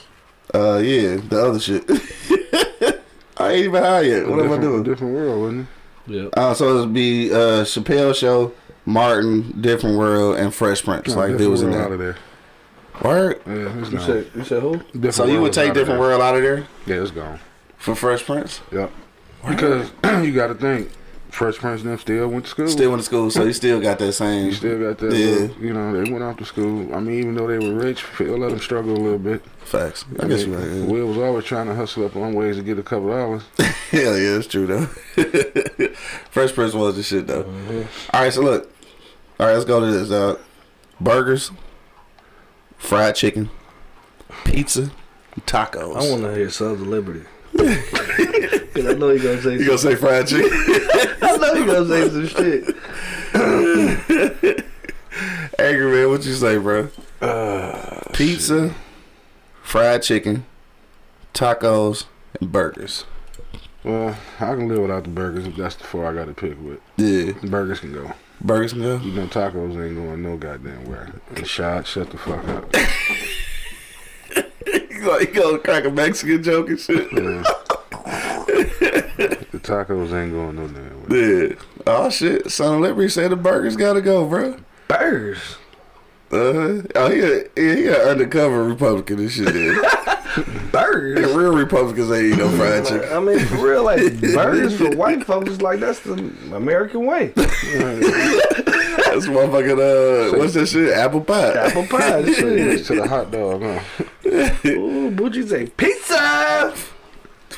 S1: Uh, yeah, the other shit. I ain't even high yet. What am I
S4: different,
S1: doing?
S4: Different world, wasn't
S5: Yeah.
S1: Uh, so it'd be uh, Chappelle Show, Martin, Different World, and Fresh Prince.
S4: it?
S1: like
S4: Different
S1: they was in
S4: World out
S1: there.
S4: of there.
S1: Word.
S4: Yeah, it's
S5: You
S4: gone.
S5: said you said who?
S4: Different
S1: So you
S4: World
S1: would
S4: is
S1: take
S4: out of
S1: Different
S4: there.
S1: World out of there
S4: Yeah, it's gone.
S1: for Fresh Prince?
S4: Yep. Because you got to think, Fresh Prince and them still went to school.
S1: Still went to school, so you still got that same.
S4: You still got that.
S1: Yeah.
S4: little- you know, they went off to school. I mean, even though they were rich, Phil let them struggle a little bit.
S1: Facts. I guess you're right. yeah.
S4: Will was always trying to hustle up on ways to get a couple dollars.
S1: Hell yeah, it's true though. Fresh Prince was the shit though.
S4: Mm-hmm.
S1: All right, so look. All right, let's go to this. Uh, burgers, fried chicken, pizza, tacos.
S5: I want to hear Sons of Liberty. Cause I know you gonna say
S1: you gonna say fried chicken?
S5: I know you gonna say some shit.
S1: Angry man, what you say, bro? Uh, Pizza, fried chicken, tacos, and burgers.
S4: Well, I can live without the burgers if that's the four I got to pick with.
S1: Yeah,
S4: Burgers can go.
S1: burgers can go.
S4: You know, tacos ain't going no goddamn where. And shot, shut the fuck up.
S1: You gonna, you gonna crack a Mexican joke and shit?
S4: Yeah. the tacos ain't going no damn where.
S1: Yeah. Oh shit, Son of Liberty said the burgers gotta go, bro.
S5: Burgers.
S1: Uh huh. Oh, he a, yeah, he an undercover Republican and shit. yeah.
S5: Burgers.
S1: Yeah, Real Republicans ain't eat no fried chicken.
S5: I mean, for real, like burgers for white folks, like that's the American way.
S1: That's motherfucking uh, what's that shit? Apple pie.
S5: Apple pie, shit.
S4: Next to the hot dog, huh?
S5: Ooh, Bucci say pizza.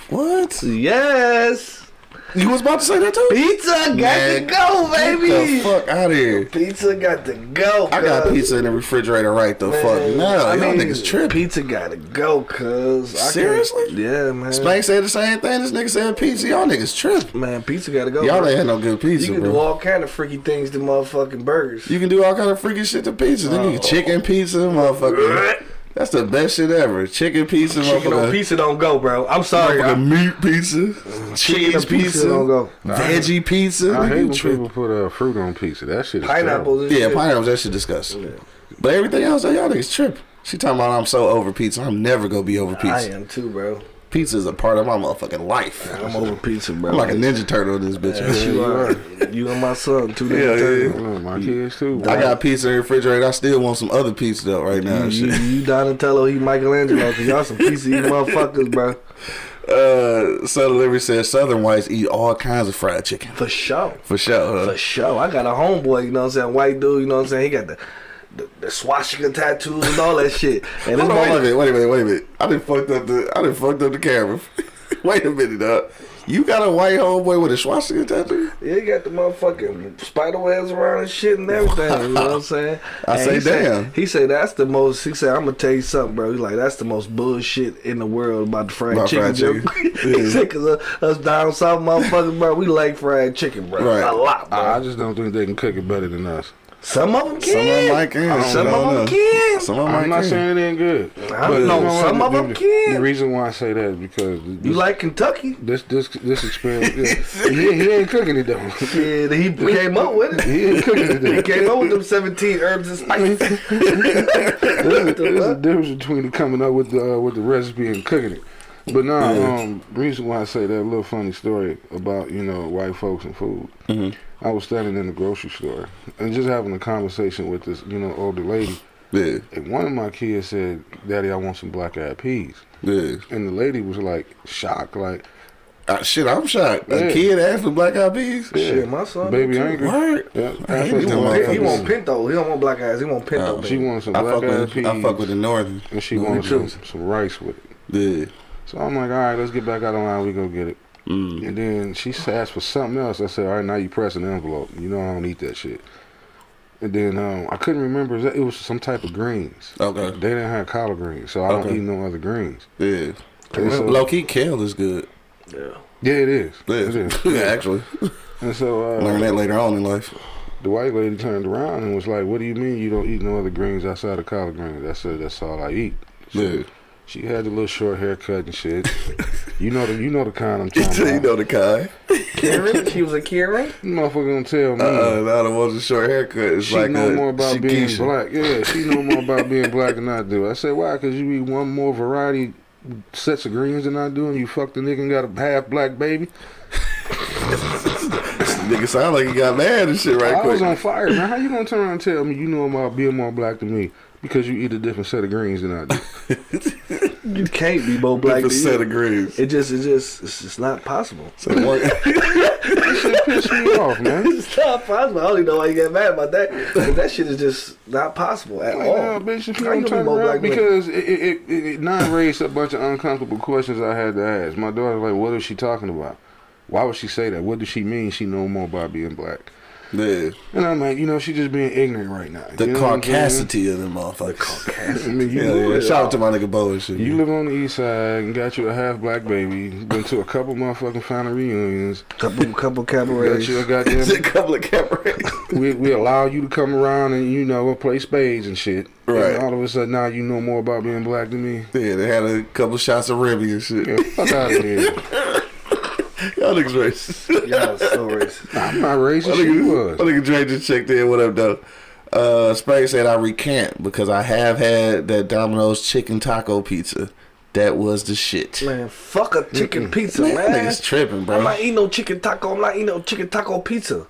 S1: What?
S5: Yes,
S1: You was about to say that too?
S5: pizza got
S1: Man,
S5: to go,
S1: Get the
S5: baby.
S1: fuck out of here.
S5: Pizza got to go.
S1: I got
S5: cuz.
S1: pizza in the refrigerator right the fuck now.
S5: I
S1: Y'all
S5: mean,
S1: niggas tripping.
S5: Pizza gotta go, cuz. I can't-
S1: Seriously?
S5: Yeah, man.
S1: Spank said the same thing. This nigga said pizza. Y'all niggas tripping.
S5: Man, pizza gotta go.
S1: Y'all
S5: bro.
S1: ain't had no good
S5: You
S1: pizza,
S5: can do
S1: bro.
S5: all kind of freaky things to motherfucking burgers.
S1: You can do all kind of freaky shit to pizza. Then
S5: Oh.
S1: you can chicken pizza, motherfucker. That's the best shit ever. Chicken pizza,
S5: Chicken on
S1: motherfucker.
S5: pizza don't go, bro. I'm sorry.
S1: Motherfucker,
S5: I'm-
S1: meat pizza,
S5: Chicken
S1: cheese
S5: and pizza
S1: pizza,
S5: don't go.
S1: veggie pizza.
S4: I
S1: Nigga,
S4: hate
S1: you
S4: when
S1: tripping.
S4: people put uh, fruit on pizza. That shit is terrible.
S5: Pineapples. And
S1: Yeah,
S5: shit.
S1: pineapples, that shit disgusting. But everything else, y'all niggas tripping. She talking about I'm so over pizza. I'm never gonna be over
S5: I
S1: pizza.
S5: am too, bro.
S1: Pizza is a part of my motherfucking life.
S5: I'm over pizza, bro.
S1: I'm like a ninja turtle in this bitch.
S5: Yes, you are. you and my son, two
S1: Yeah,
S5: different
S1: yeah,
S5: turtles.
S1: yeah.
S4: Look, my kids too.
S1: I got pizza in the refrigerator. I still want some other pizza though right now. and
S5: You,
S1: shit.
S5: you Donatello, he Michelangelo, because y'all some pizza eating motherfuckers, bro.
S1: Uh, Southern Liberty says Southern whites eat all kinds of fried chicken
S5: For sure.
S1: for sure.
S5: For
S1: Huh?
S5: sure. I got a homeboy, you know what I'm saying? White dude, you know what I'm saying? He got the, the, the swastika tattoos and all that shit. And this
S1: Hold on, wait a
S5: motherfucker.
S1: minute, wait a minute, wait a minute. I didn't fucked up the I didn't fucked up the camera. wait a minute, dog. You got a white homeboy with a swastika tattoo?
S5: Yeah, he got the motherfucking spider webs around and shit and everything. You know what I'm saying?
S1: I
S5: And
S1: say,
S5: he
S1: "Damn."
S5: Said, he said that's the most. He said I'm gonna tell you something, bro. He's like that's the most bullshit in the world about the fried
S1: About
S5: chicken.
S1: fried
S5: joke."
S1: chicken.
S5: he
S1: Yeah.
S5: said because us down south motherfuckers, bro, we like fried chicken, bro,
S1: Right. Uh,
S5: a lot, bro.
S4: I I just don't think they can cook it better than us.
S5: some of
S1: Some
S5: them
S1: of
S5: can.
S1: them might can.
S5: Some
S1: I
S5: of
S1: don't
S5: them
S1: know.
S5: can.
S1: Some of them
S4: I'm
S1: might
S4: not
S1: can.
S4: saying it ain't good.
S5: Oh, I don't know. Some of them
S4: the,
S5: can.
S4: The reason why I say that is because this,
S5: You like Kentucky?
S4: this this this experience. yeah. he, he ain't cooking it though.
S5: Yeah, he came up with it.
S4: He ain't cooking it.
S5: He
S4: Though.
S5: came up with them 17 herbs and spices.
S4: There's, there's a difference between coming up with the uh, with the recipe and cooking it. But no, um, reason why I say that little funny story about you know white folks and food.
S1: Mm-hmm.
S4: I was standing in the grocery store and just having a conversation with this you know older lady,
S1: Yeah,
S4: and one of my kids said, "Daddy, I want some black eyed peas."
S1: yeah.
S4: And the lady was like shocked, like,
S1: uh, shit, I'm shocked. A
S4: Yeah.
S1: kid asked for black eyed peas.
S5: Shit, my son.
S4: Baby
S5: too.
S4: angry.
S1: Word.
S4: Yeah,
S1: I hate
S5: He
S1: them
S5: want, he
S1: motherfuckers.
S5: want pinto. He don't want black eyes. He want pinto.
S4: She
S5: baby.
S4: wants some
S1: I fuck
S4: black eyed
S1: with
S4: peas.
S1: I fuck with the northern.
S4: and she
S1: Northern
S4: wants some, some rice with it.
S1: Yeah.
S4: So I'm like, all right, let's get back out of line. We go get it.
S1: Mm.
S4: And then she s- asked for something else. I said, all right, now you pressing the envelope. You know I don't eat that shit. And then um, I couldn't remember. It was some type of greens.
S1: Okay.
S4: They didn't have collard greens, so I don't
S1: Okay.
S4: eat no other greens.
S1: Yeah.
S4: And so-
S1: Low key kale is good.
S5: Yeah.
S4: yeah, it is.
S1: Yeah.
S4: It is.
S1: yeah, actually.
S4: And so uh,
S1: Learn that later on in life.
S4: the white lady turned around and was like, "What do you mean you don't eat no other greens outside of collard greens?" I said, "That's all I eat."
S1: Yeah.
S4: She had the little short haircut and shit. you know the you know the kind I'm talking
S1: you
S4: about.
S1: know the kind.
S5: Karen? She was a Karen?
S4: Motherfucker gonna tell me.
S1: Uh, no, the one's a short haircut. It's
S4: Mm. She
S1: like
S4: know
S1: a,
S4: more about
S1: she
S4: being
S1: Keisha.
S4: black. Yeah, she know more about being black than I do. I said, why? Because you eat one more variety sets of greens than I do, and you fucked a nigga and got a half black baby.
S1: Nigga sound like he got mad and shit right
S4: I
S1: quick.
S4: was on fire, man. How you gonna turn around and tell me you know about being more black than me because you eat a different set of greens than I do?
S5: You can't be both black.
S1: Different
S5: dude.
S1: set of greens.
S5: It just, it just, it's just not possible.
S1: So one-
S4: That pissed me off, man.
S5: It's not possible. I don't even know why you get mad about that. But that shit is just not possible at
S4: Like,
S5: all.
S4: nah, bitch, if you
S5: Oh. How
S4: don't
S5: you
S4: turn
S5: be more
S4: around,
S5: black than-
S4: because it, it, it, it non raised a bunch of uncomfortable questions I had to ask. My daughter was like, what is she talking about? Why would she say that? What does she mean she know more about being black?
S1: yeah.
S4: And I'm like, you know, she's just being ignorant right now.
S1: The
S4: you know what I'm saying?
S1: caucasity of them motherfuckers.
S4: I mean, you,
S1: Yeah, yeah.
S4: live,
S1: Shout out to my nigga Bo and shit.
S4: you live on the east side and got you a half black baby. Been to a couple motherfucking final reunions.
S5: couple, couple
S4: Got
S5: cabarets.
S4: you a
S1: It's a
S4: goddamn.
S1: couple of cabarets.
S4: we, we allow you to come around and you know play spades and shit.
S1: Right.
S4: And all of a sudden now you know more about being black than me.
S1: yeah, they had a couple shots of Remy and shit.
S4: Yeah, fuck out of here.
S1: Y'all niggas racist.
S5: Y'all so racist.
S4: I'm not racist.
S1: My
S4: You
S1: nigga, my
S4: was.
S1: nigga Dre just checked in. What up, though? Uh, Spade said I recant because I have had that Domino's chicken taco pizza. That was the shit.
S5: Man, fuck a chicken pizza,
S1: Man,
S5: man.
S1: that nigga's tripping, bro.
S5: I'm not eating no chicken taco. I'm not eating no chicken taco pizza.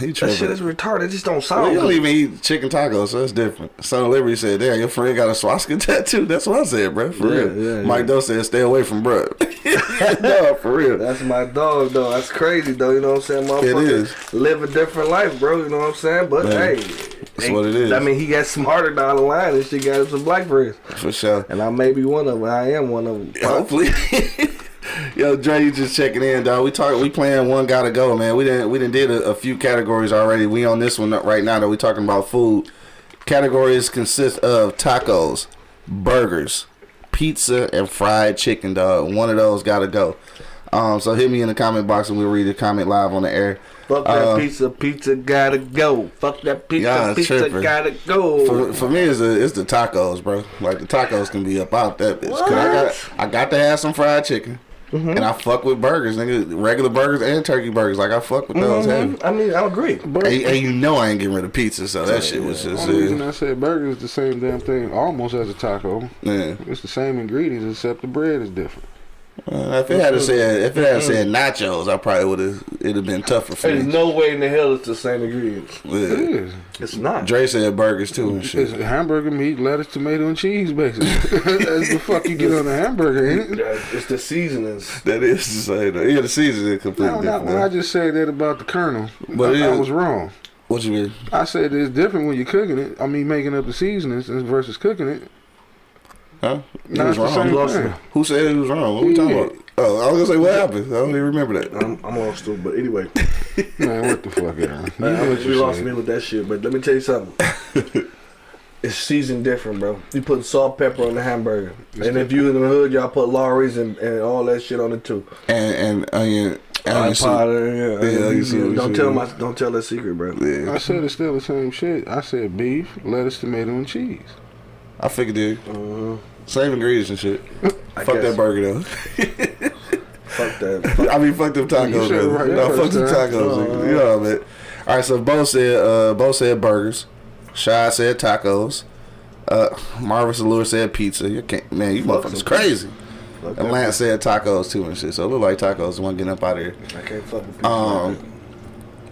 S1: He
S5: That shit
S1: tripping.
S5: is retarded. It just don't
S1: Well,
S5: sound
S1: you don't
S5: good.
S1: even eat chicken tacos, so that's different. Son of Liberty said, "Damn, your friend got a swastika tattoo." That's what I said, bro. For
S5: Yeah,
S1: real.
S5: yeah, yeah.
S1: Mike Doe said, "Stay away from bro." no, for real.
S5: That's my dog, though. That's crazy, though. You know what I'm saying? Motherfucker
S1: is.
S5: live a different life, bro. You know what I'm saying? But
S1: Man,
S5: hey,
S1: that's what it is.
S5: I mean, he got smarter down the line and she got him some black friends.
S1: For sure.
S5: And I may be one of them. I am one of them.
S1: Hopefully. Yo, Dre, you just checking in, dog. We talk. We playing one gotta go, man. We didn't. We didn't did a, a few categories already. We on this one right now. That we talking about food. Categories consist of tacos, burgers, pizza, and fried chicken, dog. One of those gotta go. Um, so hit me in the comment box and we'll read the comment live on the air.
S5: Fuck that
S1: Uh,
S5: pizza. Pizza gotta go. Fuck that pizza.
S1: Y'all
S5: pizza
S1: tripping.
S5: gotta go.
S1: For,
S5: Hmm,
S1: for me, it's the, it's the tacos, bro. Like the tacos can be up out that bitch. 'Cause I got I got to have some fried chicken,
S4: Mm-hmm.
S1: and I fuck with burgers, nigga. Regular burgers and turkey burgers. Like I fuck with those
S4: Mm-hmm.
S1: heavy.
S5: I mean, I agree.
S1: And, and you know I ain't getting rid of pizza, so that shit was
S4: The
S1: just
S4: only reason
S1: uh,
S4: I said burger is the same damn thing, almost as a taco.
S1: yeah.
S4: It's the same ingredients except the bread is different.
S1: Uh, if it had said if it had
S4: Mm-hmm.
S1: said nachos, I probably would have it'd have been tougher for
S5: There's
S1: me.
S5: no way in the hell it's the same ingredients.
S4: It
S1: Yeah.
S4: is.
S5: It's not.
S1: Dre said burgers too and
S4: It's
S1: shit.
S4: hamburger meat, lettuce, tomato, and cheese, basically. That's the fuck you get on a hamburger, ain't it?
S5: Yeah, Uh, It's the seasonings.
S1: That is the same. though. Yeah, the season is
S4: No,
S1: completely
S4: not when I
S1: different.
S4: just said that about the kernel.
S1: But
S4: I,
S1: it
S4: I
S1: is-
S4: was wrong.
S1: What you mean?
S4: I said it's different when you're cooking it. I mean, making up the seasonings versus cooking it.
S1: Huh? You
S4: Nah,
S1: was
S4: it's the
S1: wrong.
S4: same
S5: Lost
S4: thing.
S5: me.
S1: Who said it was wrong? What we talking about? Oh, I was gonna say what happened. I don't even remember that.
S5: I'm, I'm all stupid, but anyway, Uh,
S4: Man, what the fuck, Aaron? You know what
S5: you
S4: you
S5: lost
S4: said.
S5: me with that shit. But let me tell you something. it's seasoned different, bro. You put salt, pepper on the hamburger, and if you in the hood, y'all put Lawry's and, and all that shit on it too.
S1: And and onion, onion
S5: Onion
S1: soup.
S5: powder, yeah.
S1: Yeah,
S5: onion
S1: onion
S5: soup.
S1: soup,
S5: Don't
S1: soup.
S5: tell my, don't tell that secret, bro.
S1: Yeah,
S4: I said it's still the same shit. I said beef, lettuce, tomato, and cheese.
S1: I figured it.
S5: Uh-huh.
S1: Same ingredients and shit.
S5: I
S1: fuck that
S5: guess.
S1: burger though.
S5: Fuck that. Fuck
S1: I mean, fuck them tacos.
S4: You said
S1: though.
S4: it right
S1: no,
S4: the
S1: fuck
S4: first
S1: them
S4: time.
S1: tacos. nigga. You know what I mean? All right, so Bo said, uh, Bo said burgers. Shy said tacos. Uh, Marvis Allure said pizza. You can't, man, you motherfuckers crazy.
S5: Fuck
S1: And Lance said tacos too and shit. So it look like tacos. One getting up out of here.
S5: I can't fuck with people.
S1: Um,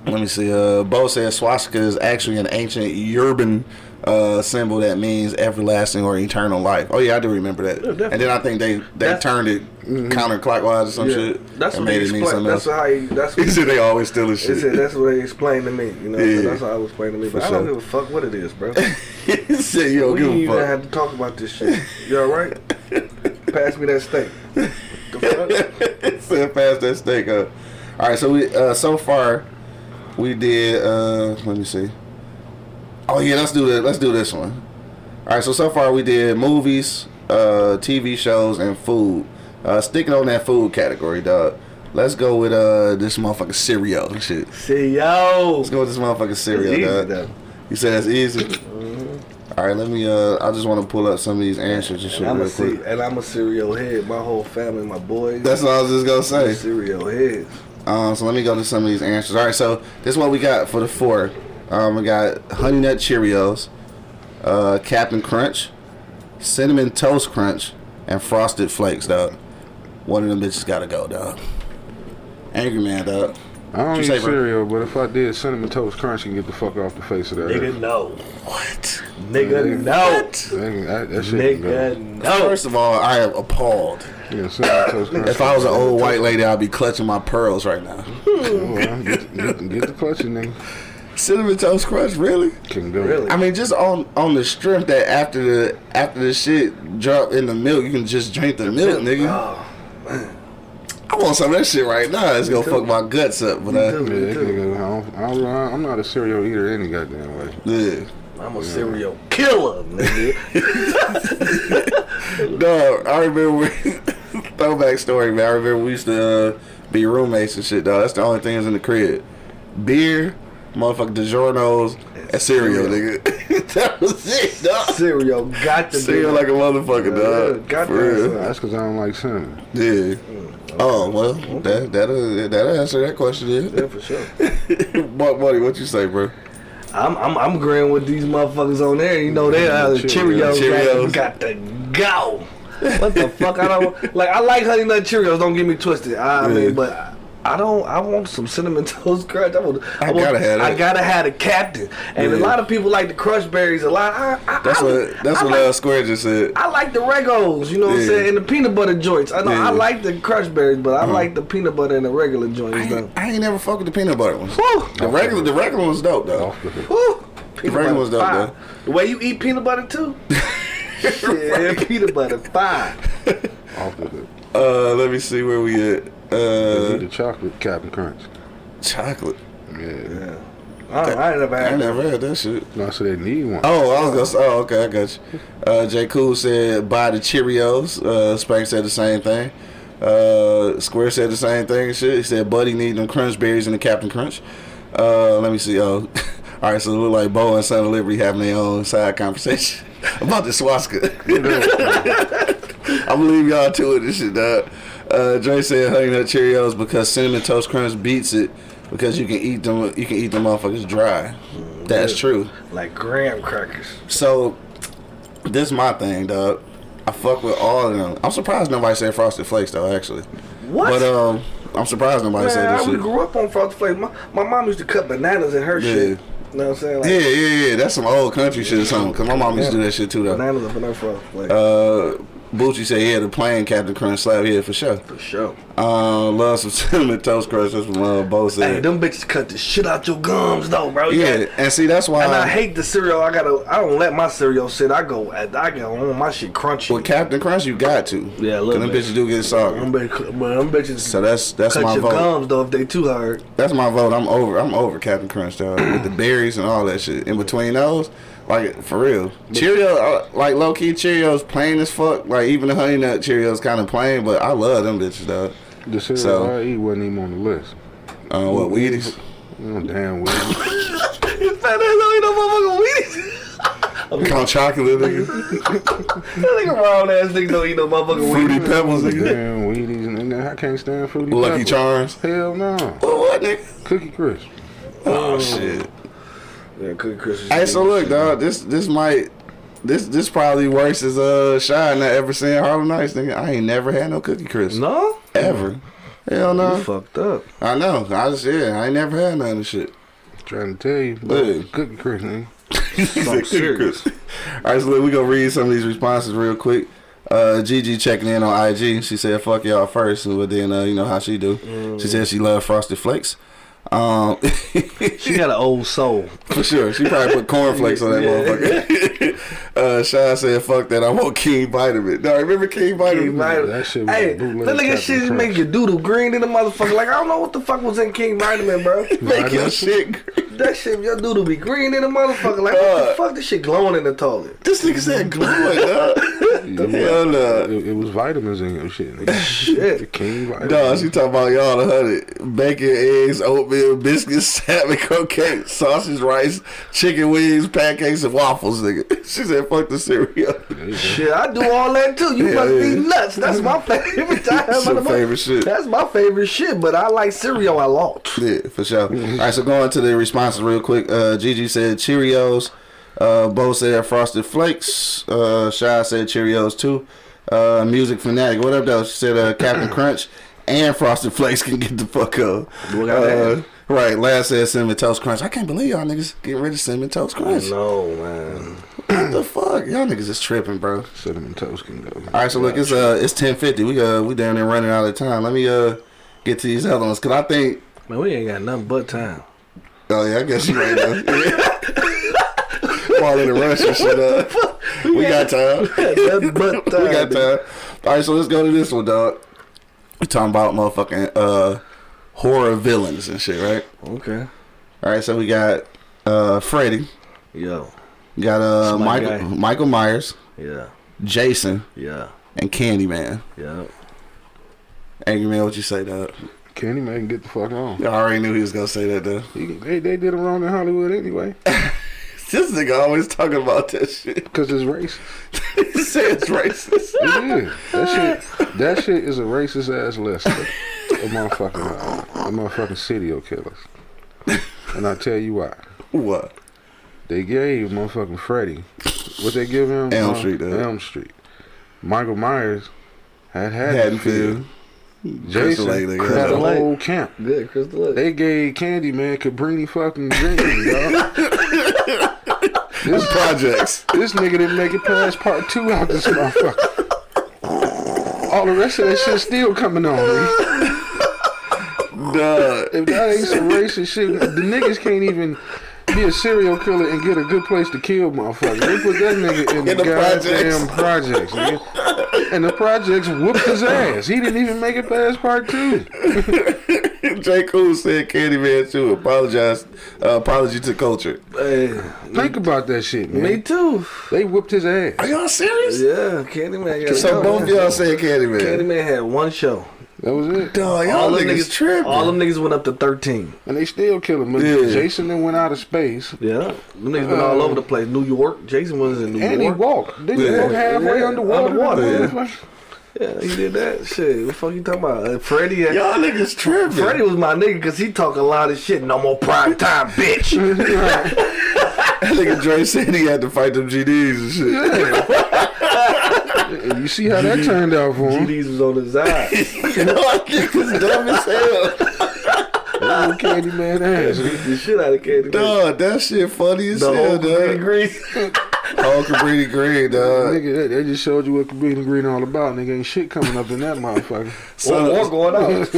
S1: Let me see. Uh, Bo says swastika is actually an ancient urban uh, symbol that means everlasting or eternal life. Oh yeah, I do remember that.
S5: definitely.
S1: and then I think they they
S5: That's- Mm-hmm.
S1: turned it counterclockwise or some
S5: Yeah.
S1: shit.
S5: That's
S1: and
S5: what they explain. That's how he, that's what
S1: He said they always steal his
S5: They said
S1: shit.
S5: that's what they explained to me. You know,
S1: Yeah.
S5: that's how I was explaining to me. But I don't
S1: sure.
S5: give a fuck what it is, bro.
S1: he said you don't
S5: we didn't even
S1: give a fuck.
S5: have to talk about this shit. You all right? Pass me that steak. The fuck?
S1: Said past that steak up. All right, so we uh, so far we did. Uh, let me see. Oh yeah, let's do that. Let's do this one. All right, so so far we did movies, uh, TV shows, and food. Uh, sticking on that food category, dog. Let's go with uh, this motherfucking cereal and shit.
S5: See yo.
S1: Let's go with this motherfucking cereal,
S5: It's easy,
S1: dog.
S5: though. Mm-hmm.
S1: You said that's easy. All right, let me. Uh, I just want to pull up some of these answers and shit
S5: I'm a
S1: real quick.
S5: ce- and I'm a cereal head. My whole family, my boys,
S1: That's what I was just gonna
S5: they
S1: say.
S5: cereal heads.
S1: Um, so let me go to some of these answers. All right, so this is what we got for the four. Um, we got Honey Nut Cheerios, uh, Captain Crunch, Cinnamon Toast Crunch, and Frosted Flakes, dog. One of them bitches gotta go, dog. Angry Man, dog.
S4: I don't
S1: You
S4: eat
S1: say, bro.
S4: cereal, but if I did, cinnamon toast crunch can get the fuck off the face of that. earth.
S5: no.
S1: What?
S5: Nigga no.
S4: That, ain't- that, that shit can
S5: Nigga
S4: go.
S5: no.
S1: First of all, I am appalled.
S4: Yeah, cinnamon toast crunch.
S1: If I was an old white lady, I'd be clutching my pearls right now.
S4: Oh, well, get, get, get the clutch, nigga.
S1: Cinnamon Toast Crunch, really?
S4: Can go.
S5: Really?
S1: I mean, just on on the strength that after the after the shit drop in the milk, you can just drink the milk, nigga.
S5: Oh,
S1: I want some of that shit right now. It's gonna fuck my guts up, but I,
S5: too.
S4: Yeah, that can go. I don't, I don't, I'm not a cereal eater any goddamn way.
S1: yeah.
S5: I'm a cereal killer, nigga.
S1: Dog, I remember throwback story, man. I remember we used to uh, be roommates and shit, dog. That's the only things in the crib: beer, motherfucking DiGiorno's, and cereal, nigga. that was it, dog.
S5: cereal got to be
S1: Cereal like a motherfucker, dog.
S5: Yeah,
S1: For
S5: goddamn
S1: real.
S5: son.
S4: That's because I don't like cinnamon.
S1: Yeah. Oh well, that that uh, that answer that question
S5: Yeah,
S1: is.
S5: for sure.
S1: Mark Money, what you say, bro?
S5: I'm I'm I'm agreeing with these motherfuckers on there. You know they uh,
S4: Cheerios.
S5: Cheerios,
S1: Cheerios.
S5: Got, got to go. What the fuck? I don't like. I like Honey Nut Cheerios. Don't get me twisted. I, I
S1: Yeah.
S5: mean, but I, I don't. I want some cinnamon toast crunch. I, want,
S1: I gotta have
S5: I
S1: that.
S5: gotta have the captain. And a
S1: Yeah.
S5: lot of people like the crush berries. A lot. I, I,
S1: That's
S5: I,
S1: what that's
S5: I
S1: what
S5: like-
S1: uh, Square just said.
S5: I like the Regos, you know what
S1: Yeah.
S5: I'm saying, and the peanut butter joints. I know
S1: Yeah. Uh-huh.
S5: I like the crush berries, but I like the peanut butter and the regular joints
S1: I
S5: though.
S1: ain't, I ain't never fuck with the peanut butter ones.
S5: Whew.
S1: The regular the regular one's dope though.
S4: Off the hook.
S5: Woo! Peanut
S1: regular
S5: butter
S1: one's dope,
S5: fire.
S1: though.
S5: The way you eat peanut butter too. yeah, peanut butter fine.
S4: Off the hook.
S1: Uh, let me see where we at.
S4: Eat
S1: Uh,
S4: the chocolate Captain Crunch.
S1: chocolate.
S4: Yeah.
S5: I, don't- Oh, I ain't never
S1: I
S5: had that.
S1: never had that shit.
S4: No, so they need one.
S1: Oh, I was gonna. Say, oh, okay, I got you. Uh, J. Cool said buy the Cheerios. Uh, Spank said the same thing. Uh, Square said the same thing. and Shit, he said Buddy need them Crunch Berries and the Captain Crunch. Uh, let me see. Oh, all right. So it look like Bo and Son of Liberty having their own side conversation about the swastika. I believe y'all to it. This shit, dog. Uh, Dre said Honey Nut Cheerios because cinnamon toast crunch beats it because you can eat them. You can eat them motherfuckers dry. That's true.
S5: Like graham crackers.
S1: So this my thing, dog. I fuck with all of them. I'm surprised nobody said Frosted Flakes though, actually.
S5: What?
S1: But um, I'm surprised nobody
S5: Man,
S1: said
S5: I
S1: this
S5: really
S1: shit.
S5: grew up on frosted flakes. My, my mom used to cut bananas in her
S1: Yeah.
S5: shit. You know what I'm saying? Like,
S1: Yeah, yeah, yeah. That's some old country shit or something. Cause my mom used to do that shit too though.
S5: Bananas up in her frosted flakes.
S1: Uh, Bucci said, "Yeah, the plane Captain Crunch slap yeah for sure."
S5: for sure.
S1: Uh, love some cinnamon toast crunch. That's what uh, Bo
S5: Hey,
S1: said.
S5: them bitches cut the shit out your gums though, bro. You
S1: yeah, Uh,
S5: got-
S1: and see that's why
S5: And I hate the cereal. I gotta. I don't let my cereal sit. I go. I go on my shit crunchy.
S1: with Captain Crunch you got to.
S5: Yeah, a
S1: 'Cause
S5: little
S1: them
S5: bit.
S1: bitches do get
S5: I'm
S1: soft.
S5: bitch, but I'm bitches.
S1: So that's that's
S5: cut
S1: my
S5: your
S1: vote.
S5: gums though if they too hard.
S1: That's my vote. I'm over. I'm over Captain Crunch dog with the berries and all that shit in between those. Like for real, Cheerio. Uh, like low key Cheerios plain as fuck. Like even the Honey Nut Cheerios kind of plain, but I love them bitches dog.
S4: The cereal
S1: So-
S4: I eat wasn't even on the list.
S1: Uh, what Wheaties?
S4: Oh, damn well.
S5: You fat ass don't eat no motherfucking Wheaties.
S1: Count chocolate, nigga.
S5: That nigga wild ass nigga don't eat no motherfucking Wheaties.
S1: Fruity Pebbles, nigga.
S4: damn Wheaties. And I can't stand Fruity
S1: Lucky
S4: Pebbles.
S1: Charms.
S4: Hell no.
S1: Oh, what nigga?
S4: Cookie Crisp.
S1: Oh shit.
S5: Yeah, Cookie Crisp.
S1: Hey, so look, dog. This this might. This this probably worse as uh shine I ever seen Harlem Nights, nigga. I ain't never had no cookie crisp
S5: No,
S1: ever. Hell no.
S5: you fucked up.
S1: I know. I just yeah. I ain't never had none of this shit.
S4: Trying to tell you,
S1: Hey.
S4: but Cookie Crisp, nigga.
S5: I'm serious.
S1: All right, so look, we gonna read some of these responses real quick. Uh, Gigi checking in on IG. She said, "Fuck y'all first, but then uh, you know how she do. She said she loved frosted flakes. Um,
S5: She got an old soul.
S1: for sure, she probably put cornflakes on that motherfucker. uh, Sean said, "Fuck that, I want King Vitamin." Now remember King Vitamin?
S5: King Vitamin.
S4: that shit was
S5: Hey,
S4: a
S5: that
S4: bootleg
S5: nigga
S4: Captain
S5: shit just
S4: Crunch.
S5: make your doodle green in the motherfucker. Like I don't know what the fuck was in King Vitamin, bro.
S1: Make your shit.
S5: that shit, your doodle be green in the motherfucker. Like what the
S1: Uh,
S5: fuck? This shit glowing in the toilet.
S1: This nigga said glowing, dog. Hell no.
S4: It, it was vitamins in your shit. Nigga. shit. King vitamins.
S1: No, she talking about y'all the hundred. Bacon, eggs, oatmeal, biscuits, salmon, cocaine, sausage, rice, chicken wings, pancakes, and waffles, nigga. She said, fuck the cereal.
S5: Shit, I do all that too. You
S1: Yeah,
S5: must
S1: yeah.
S5: be nuts. That's my favorite time.
S1: That's
S5: of the
S1: your
S5: month.
S1: favorite shit.
S5: That's my favorite shit. But I like cereal a lot.
S1: Yeah, for sure. All right, so going to the responses real quick. Uh, Gigi said Cheerios. Uh, Bo said Frosted Flakes. Uh, Shy said Cheerios too. Uh, Music Fanatic. What up, though? She said uh, Captain Crunch and Frosted Flakes can get the fuck up.
S5: Look out
S1: Uh,
S5: there.
S1: right, Last said Cinnamon Toast Crunch. I can't believe y'all niggas getting rid of Cinnamon Toast Crunch.
S5: No man.
S1: What the fuck? Y'all niggas is tripping, bro.
S4: Cinnamon toast can go.
S1: All right, so look, it's uh, it's ten fifty. We uh, we down there running out of time. Let me uh, get to these other ones, cause I think.
S5: Man, we ain't got nothing but time.
S1: Oh yeah, I guess you right now. While in the rush and shit up, we got time.
S5: nothing but
S1: We got time. All right, so let's go to this one, dog. We talking about motherfucking uh, horror villains and shit, right?
S5: Okay.
S1: All right, so we got uh, Freddy,
S5: Yo.
S1: we got uh,
S5: It's my
S1: Michael
S5: guy.
S1: Michael Myers,
S5: Yeah.
S1: Jason,
S5: Yeah.
S1: and Candyman.
S5: Yeah.
S1: Angry man, what you say, dog?
S4: Candy man, get the fuck on.
S1: I already knew he was gonna say that though.
S4: He, they, they did it wrong in Hollywood anyway.
S1: This nigga always talking about that shit.
S4: Because it's racist.
S1: he says racist.
S4: It is. That shit, that shit is a racist ass list. of- of motherfucking, uh, a motherfucking serial killers. And I tell you why.
S1: What?
S4: They gave motherfucking Freddy what they give him uh,
S1: Elm Street, though.
S4: Elm Street. Michael Myers had Haddonfield.
S1: Haddonfield.
S4: Jason
S1: Crystal Lake, nigga.
S4: had the
S1: Crystal
S5: Lake.
S4: whole camp.
S5: Good, Crystal.
S4: They gave Candyman Cabrini fucking dreams, dog. this,
S1: Projects.
S4: this nigga didn't make it past part two out this motherfucker. All the rest of that shit still coming on. Man.
S1: Duh.
S4: If that ain't some racist shit, the niggas can't even be a serial killer and get a good place to kill motherfucker. They put that nigga in, the,
S1: In the
S4: goddamn projects, nigga. And the projects whooped his ass. He didn't even make it past part two.
S1: J. Cole said Candyman too. Apologize. Uh, apology to culture.
S5: Hey,
S4: Think about that shit, man.
S5: me too.
S4: They whooped his ass.
S1: Are y'all serious?
S5: Yeah, Candyman. Got
S1: So
S5: go,
S1: both
S5: man.
S1: y'all said Candyman.
S5: Candyman had one show.
S4: That was it.
S1: Dog, y'all
S5: them
S1: niggas, tripping.
S5: All them niggas went up to thirteen.
S4: And they still kill him. But
S1: Yeah.
S4: Jason then went out of space.
S5: Yeah, them niggas been all over the place. New York. Jason was in New
S4: And he
S5: York.
S4: walked. Didn't he
S1: Yeah.
S4: walk halfway
S5: Yeah.
S4: underwater?
S5: Underwater,
S4: Yeah.
S5: Yeah, he did that shit. What the fuck you talking about? Uh, Freddie. had-
S1: y'all niggas tripping.
S5: Freddie was my nigga because he talk a lot of shit. No more prime time, bitch.
S1: That nigga Dre said he had to fight them GDs and shit.
S4: And you see how that turned out for him.
S5: GDs was on his eyes.
S1: y'all niggas dumb as hell.
S4: Little Candyman ass.
S5: Beat the shit out of Candy.
S1: Dog, that shit funny as
S5: the
S1: hell,
S5: whole Green
S1: dog.
S5: Green.
S1: Whole Cabrini Green, dog.
S4: Nigga, they, they just showed you what Cabrini Green all about. Nigga, ain't shit coming up in that motherfucker.
S1: Son,
S5: Or going out.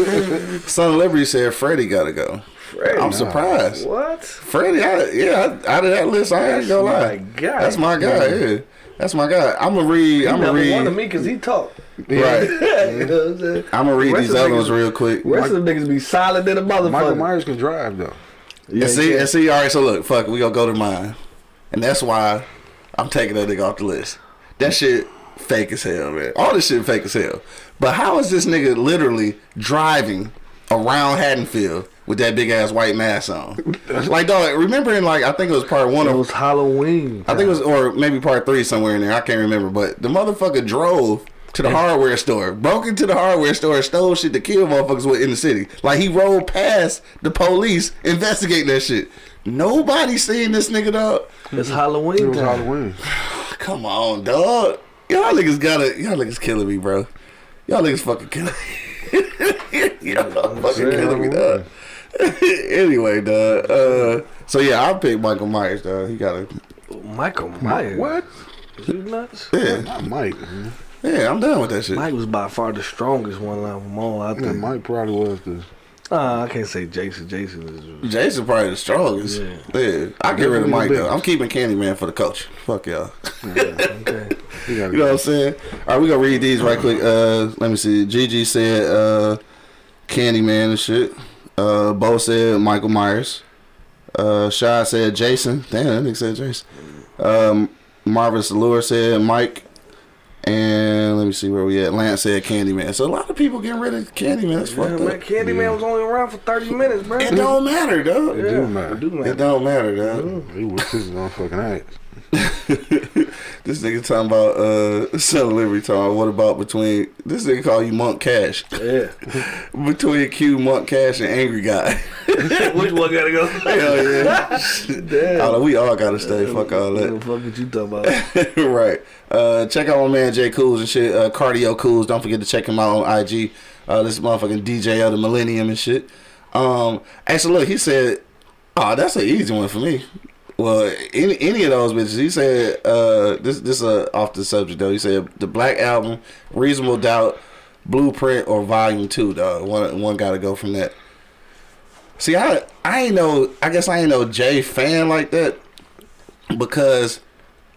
S1: Son of Liberty said Freddie gotta go.
S5: Freddie.
S1: I'm surprised.
S5: What?
S1: Freddie, I, yeah, I- out of that list, I ain't gonna lie.
S5: my guy.
S1: That's my guy. Yeah. that's my guy. I'm gonna read. I'm gonna
S5: Number one to
S1: read.
S5: me because he talk.
S1: Right.
S5: you know what I'm saying?
S1: I'm gonna read
S5: Rest
S1: these
S5: of
S1: other
S5: niggas-
S1: ones real quick.
S5: Rest of them niggas be solid than a
S4: Michael
S5: motherfucker.
S4: Myers can drive, though.
S5: Yeah,
S1: and see,
S5: yeah.
S1: and see. All right, so look, fuck, we gonna go to mine, and that's why I'm taking that nigga off the list.
S5: Mm.
S1: That shit fake as hell, man. All this shit fake as hell. But how is this nigga literally driving around Haddonfield with that big ass white mask on? like, dog, remember in like I think it was part one
S5: It
S1: of
S5: was Halloween.
S1: I think it was, or maybe part three somewhere in there. I can't remember. But the motherfucker drove to the hardware store, broke into the hardware store, and stole shit to kill motherfuckers with in the city. Like he rolled past the police investigating that shit. Nobody seen this nigga dog.
S5: It's Halloween
S4: It was
S5: time.
S4: Halloween.
S1: Come on, dog. Y'all niggas gotta. Y'all niggas killing me, bro. Y'all niggas fucking killing me. y'all fucking killing me, dog. anyway, dog. Uh, so yeah, I picked Michael Myers, dog. He gotta.
S5: Michael Myers.
S4: What?
S5: You nuts?
S1: Yeah,
S4: Not Mike. Man.
S1: yeah, I'm done with that shit.
S5: Mike was by far the strongest one out of them all. I
S4: Yeah,
S5: think.
S4: Mike probably was the.
S5: Uh, I can't say Jason. Jason is.
S1: Jason probably the strongest.
S5: Yeah.
S1: Yeah, I get rid of
S4: Definitely
S1: Mike
S4: the
S1: though.
S4: biggest.
S1: I'm keeping Candyman for the coach. Fuck y'all.
S5: Okay.
S4: You gotta
S1: You know what I'm saying? All right, we gonna read these right quick. Uh, let me see. Gigi said uh, Candyman and shit. Uh, Bo said Michael Myers. Uh, Shy said Jason. Damn, that nigga said Jason. Um, Marvis Lure said Mike. And let me see where we at. Lance said Candyman. So a lot of people getting rid of Candyman. That's
S5: Yeah,
S1: fucked
S5: man,
S1: up.
S5: Candyman was only around for thirty minutes, bro.
S1: It don't matter, dog.
S4: It do matter.
S5: It do
S1: It don't matter, dog.
S4: He was his own fucking ass.
S1: This nigga talking about uh selling every time. What about between this nigga call you Monk Cash?
S5: Yeah.
S1: Between Q, Monk Cash, and Angry Guy.
S5: Which one gotta go?
S1: Hell yeah.
S5: Damn.
S1: Although we all gotta stay. Fuck all
S5: What the
S1: that.
S5: fuck is you talking about?
S1: right. Uh, check out my man Jay Cools and shit. Uh, Cardio Cools. Don't forget to check him out on IG. Uh, this motherfucking DJ of the Millennium and shit. Um, actually, look, he said, "Oh, that's an easy one for me." Well, any any of those bitches. He said, uh, "This this uh, off the subject though." He said, "The Black Album, Reasonable Doubt, Blueprint, or Volume Two, dog. One one got to go from that." See, I I ain't no. I guess I ain't no Jay fan like that because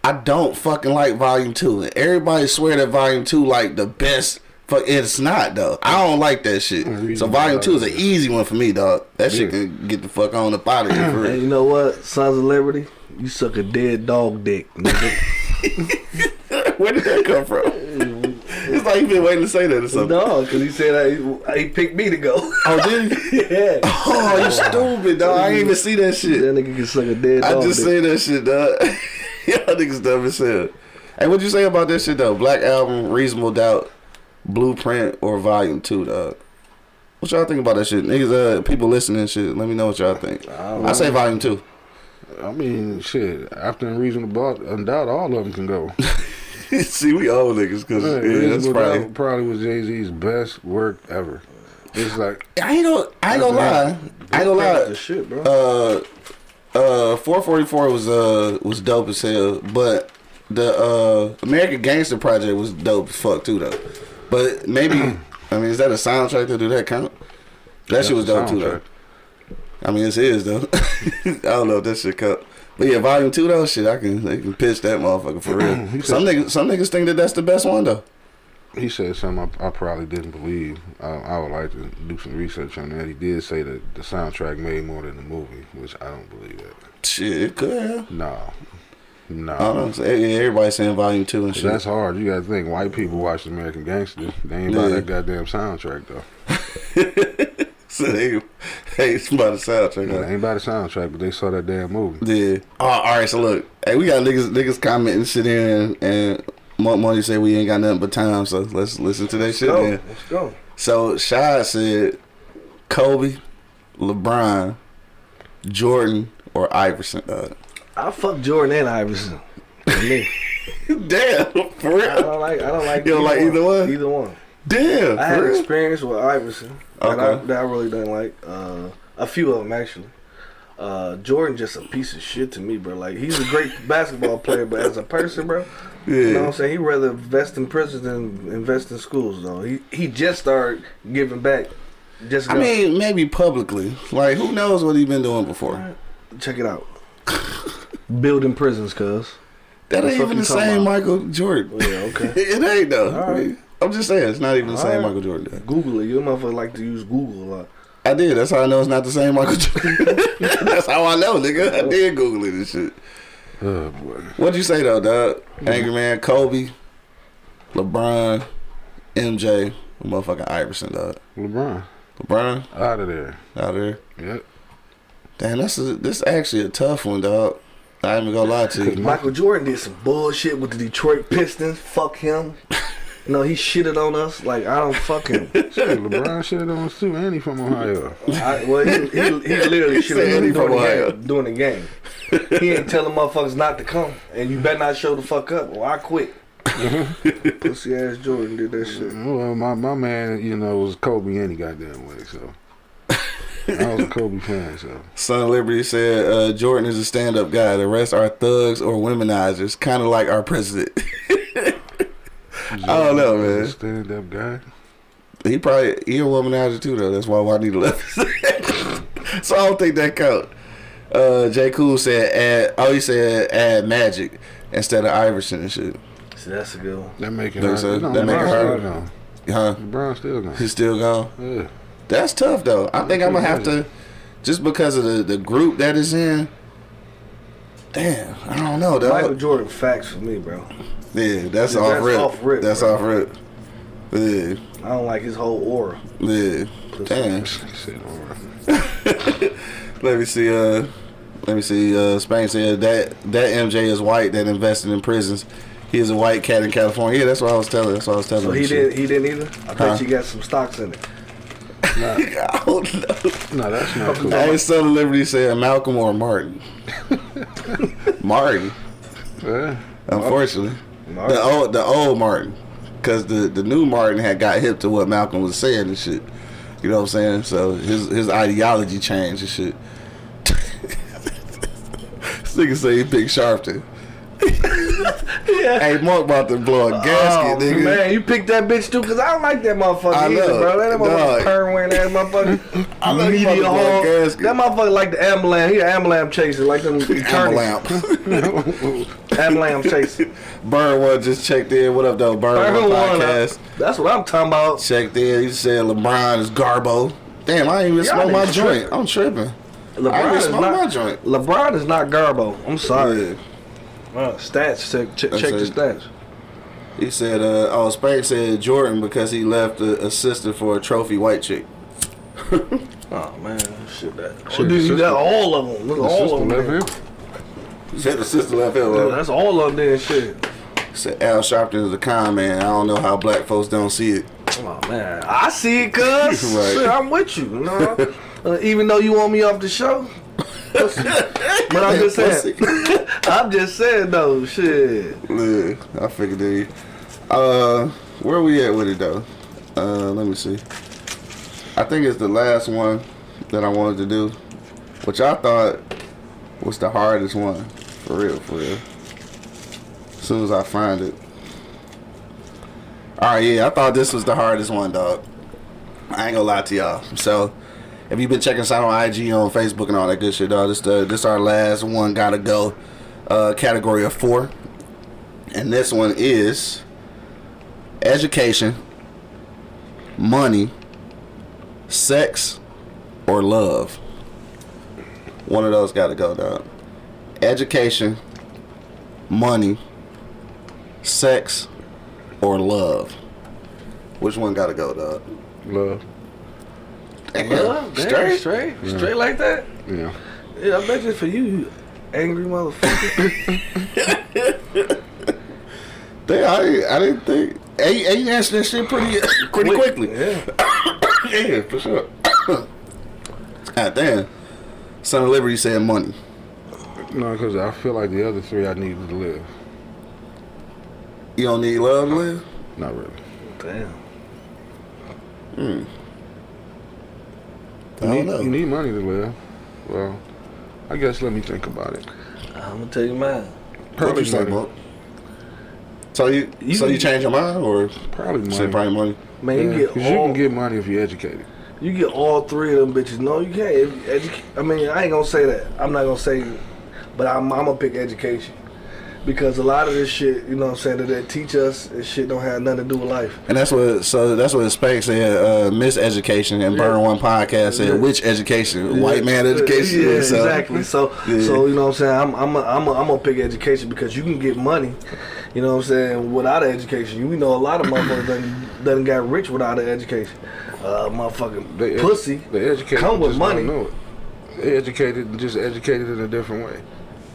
S1: I don't fucking like Volume Two. And everybody swear that Volume Two like the best. Fuck, it's not though. I don't like that shit. So Volume Two is an easy one for me, dog. That shit can get the fuck on the body for
S5: Hey,
S1: real.
S5: you know what? Sons of Liberty, you suck a dead dog dick, nigga.
S1: Where did that come from? it's like you've been waiting to say that or something.
S5: no, because he said I, he picked me to go.
S1: Oh, did you?
S5: yeah.
S1: Oh, you stupid, dog. I didn't even see that
S5: That
S1: shit.
S5: nigga can suck a dead
S1: I
S5: dog
S1: just seen
S5: dick.
S1: that shit, dog. Y'all niggas dumb as hell. Hey, what'd you say about that shit, though? Black Album, Reasonable Doubt, Blueprint, or Volume 2, dog? What y'all think about that shit? Niggas, uh, people listening and shit, let me know what y'all think. I say Volume 2.
S4: I mean, shit. After reasonable doubt, doubt, all of them can go.
S1: see, we old niggas, because
S4: Man,
S1: yeah, that's
S4: Reasonable
S1: probably.
S4: Doubt probably was Jay Z's best work ever. It's like
S1: I ain't gonna, I ain't gonna lie. I ain't gonna lie.
S5: The shit, bro.
S1: uh, uh, 444 was uh was dope as hell, but the uh American Gangster Project was dope as fuck too though. But maybe I mean, is that a soundtrack to do that count? That shit was dope too though. I mean, it's his though. I don't know if that shit count. But yeah, volume two though, shit, I can they can pitch that motherfucker for real. some niggas, some niggas think that that's the best one though.
S4: He said something I, I probably didn't believe. I, I would like to do some research on that. He did say that the soundtrack made more than the movie, which I don't believe that.
S1: Shit, it could. Have.
S4: No, no.
S1: I don't know. I'm saying- yeah, Everybody saying volume two and shit.
S4: That's hard. You gotta think. White people watch American Gangster. They ain't buy
S1: Yeah.
S4: that goddamn soundtrack though.
S1: so they, hey, somebody soundtrack.
S4: They ain't buy the soundtrack, but they saw that damn movie.
S1: Yeah. Oh, all right. So look, hey, we got niggas niggas commenting shit in, and Monk Money said we ain't got nothing but time. So let's listen to that shit.
S5: go.
S1: Then.
S5: Let's go.
S1: So Shy said, Kobe, LeBron, Jordan, or Iverson. Uh,
S5: I fuck Jordan and Iverson. For me.
S1: damn, for
S5: I
S1: real.
S5: don't like. I don't like.
S1: You don't like either one?
S5: Either one.
S1: Damn,
S5: Uh, I had
S1: for real.
S5: experience with Iverson that, I,
S1: Okay.
S5: that I really didn't like. Uh, a few of them actually. Uh, Jordan just a piece of shit to me, bro. Like he's a great basketball player, but as a person, bro, you know what I'm
S1: Yeah.
S5: saying. He rather invest in prison than invest in schools, though. He he just started giving back. Just
S1: I
S5: now.
S1: mean, maybe publicly. Like, who knows what he been doing before?
S5: check it out. Building prisons, cuz.
S1: That
S5: The
S1: ain't
S5: fuck
S1: even
S5: you
S1: the
S5: talking
S1: same
S5: about?
S1: Michael Jordan.
S5: Oh, Yeah, okay.
S1: it ain't though.
S5: All right.
S1: I'm just saying, it's not even the
S5: All
S1: same
S5: right.
S1: Michael Jordan.
S5: Google it. You motherfucker like to use Google a lot.
S1: I did. That's how I know it's not the same Michael Jordan. That's how I know, nigga. I did Google it and shit.
S4: Oh boy.
S1: What'd you say though, dog? Angry Man, Kobe, LeBron, MJ, motherfucking Iverson, dog.
S4: LeBron
S1: LeBron
S4: out of there.
S1: out there.
S4: Yep.
S1: Damn, that's a, this actually a tough one, dog. I ain't even gonna lie to you.
S5: Michael Jordan did some bullshit with the Detroit Pistons. Fuck him. No, he shitted on us. Like I don't fuck him.
S4: Shit, LeBron shit on us too, and he from Ohio.
S5: I, well, he, he, he literally
S1: Said
S5: shitted
S1: he
S5: on
S1: from
S5: us
S1: Ohio.
S5: during, the game. During the game. He ain't telling motherfuckers not to come, and you better not show the fuck up, or I quit. Pussy ass
S4: uh,
S5: Jordan did that shit.
S4: Well, my, my man, you know, was Kobe any goddamn way, so. I was a Kobe fan, so
S1: Son of Liberty said uh, Jordan is a stand up guy. The rest are thugs or womenizers, kind of like our president. don't know, man.
S4: Stand up guy.
S1: he probably he a womanizer too though. That's why Juanita left. so I don't think that count. Uh, J Cool said add. Oh, he said add Magic instead of Iverson and shit.
S5: See, that's a good one.
S4: That make it
S1: Think
S4: hard.
S1: so?
S4: No,
S1: That make it
S4: LeBron
S1: harder?
S4: still gone.
S1: Huh?
S4: LeBron still gone.
S1: He's still gone.
S4: Yeah.
S1: That's tough though. I think I'm gonna have to, just because of the the group that is in. Damn, I don't know. Dog.
S5: Michael Jordan facts for me, bro.
S1: Yeah, that's
S5: Yeah,
S1: off
S5: that's
S1: rip.
S5: off rip,
S1: That's
S5: bro.
S1: off rip. Yeah,
S5: I don't like his whole aura.
S1: yeah. Damn.
S4: Shit, all right.
S1: Let me see. Uh, let me see. Uh, Spain said that that MJ is white that invested in prisons. He is a white cat in California. Yeah, that's what I was telling. That's what I was telling.
S5: So
S1: him
S5: he
S1: shit.
S5: didn't. He didn't either. I
S1: Huh?
S5: bet you got some stocks in it.
S1: I don't know.
S4: No, that's not cool.
S1: Hey, Son of Liberty said Malcolm or Martin. Martin,
S4: Yeah.
S1: unfortunately,
S5: Martin.
S1: the old the old Martin, because the the new Martin had got hip to what Malcolm was saying and shit. You know what I'm saying? So his his ideology changed and shit. this nigga say he picked Sharpton. Hey, Mark about to blow a gasket,
S5: oh,
S1: nigga.
S5: man, you picked that bitch too, cause I don't like that motherfucker
S1: I
S5: either,
S1: know.
S5: bro. That
S1: Dog.
S5: motherfucker perm wearing ass motherfucker.
S1: I know he
S5: Media
S1: about to blow a
S5: hog.
S1: gasket.
S5: That motherfucker like the Amlam. He an Amlam chaser, like them
S1: I'm a
S5: attorneys.
S1: lamp.
S5: Amlam chaser.
S1: Burn one just checked in. What up, though? Burn,
S5: Burn
S1: one uh,
S5: one
S1: podcast.
S5: up. That's what I'm talking about.
S1: Checked in. He said LeBron is Garbo. Damn, I ain't even
S5: Y'all
S1: smoke my
S5: niggas
S1: joint. I'm tripping. I ain't
S5: LeBron
S1: even
S5: is
S1: smoke my
S5: not.
S1: joint.
S5: LeBron is not Garbo. I'm sorry.
S1: Yeah.
S5: Uh, stats. Check, check,
S1: That's
S5: check the
S1: it.
S5: stats.
S1: He said, uh, oh, Spain said Jordan because he left a assistant for a trophy white chick.
S5: Oh man, shit that. Oh,
S4: Shit,
S5: dude,
S4: the
S5: you got
S4: sister-
S5: all of them. Look,
S4: The
S5: all
S4: system
S5: of them.
S4: left
S5: there.
S4: here.
S1: He said the assistant left him.
S5: Dude,
S1: uh,
S5: that's all of them. Shit.
S1: Said Al Sharpton is a con man. I don't know how black folks don't see it.
S5: Oh man, I see it, cuz.
S1: Right.
S5: Shit, I'm with you. you know? Uh, even though you want me off the show, but I'm just saying. I'm just saying though. Shit.
S1: Look, I figured they. Uh, where we at with it though? Uh, let me see. I think it's the last one that I wanted to do, which I thought was the hardest one, for real, for real. As soon as I find it. All right, yeah, I thought this was the hardest one, dog. I ain't gonna lie to y'all. So, if you've been checking us out on IG, on Facebook, and all that good shit, dog, this the this our last one. Gotta go. Uh, category of four. And this one is education, money, sex, or love. One of those got to go down. Education, money, sex, or love. Which one got to go, dog?
S4: Love.
S1: Damn,
S5: Love, damn,
S1: straight?
S5: straight, straight like that.
S4: Yeah.
S5: Yeah, I bet you for you, you angry motherfucker.
S1: Damn, I, didn't- I didn't think. Hey, hey, you answered that shit pretty, pretty quickly.
S5: Yeah.
S1: Yeah, for sure. God damn. Son of Liberty said money.
S4: No, because I feel like the other three I needed to live.
S1: You don't need love, man?
S4: Not really.
S5: Damn.
S1: I don't know.
S4: You need money to live. Well, I guess let me think about it.
S5: I'm gonna tell you mine.
S1: What you
S4: Probably
S1: say,
S4: money.
S1: Monk? So you,
S5: You-
S1: so you change your mind or
S4: Probably money.
S1: say probably money?
S5: Man,
S4: Yeah,
S5: you
S4: 'cause
S5: get
S4: you
S5: all
S4: can get money if you're educated.
S5: You get all three of them bitches. No, you can't. If- edu- I mean, I ain't gonna say that. I'm not gonna say, but I'm, I'm gonna pick education because a lot of this shit, you know, what I'm saying that they teach us and shit don't have nothing to do with life.
S1: And that's what so that's what Spake said, uh, miseducation and Burn One podcast said,
S5: Yeah.
S1: which education? White man education.
S5: Yeah,
S1: so,
S5: exactly. So,
S1: Yeah.
S5: so you know, what I'm saying I'm, I'm, a, I'm, a, I'm gonna pick education because you can get money. You know, what I'm saying without an education, we know a lot of motherfuckers done, done got rich without an education. Uh, motherfucking
S4: They edu-
S5: pussy.
S4: They educated.
S5: come with
S4: just don't
S5: money.
S4: Know it. They educated and just educated in a different way.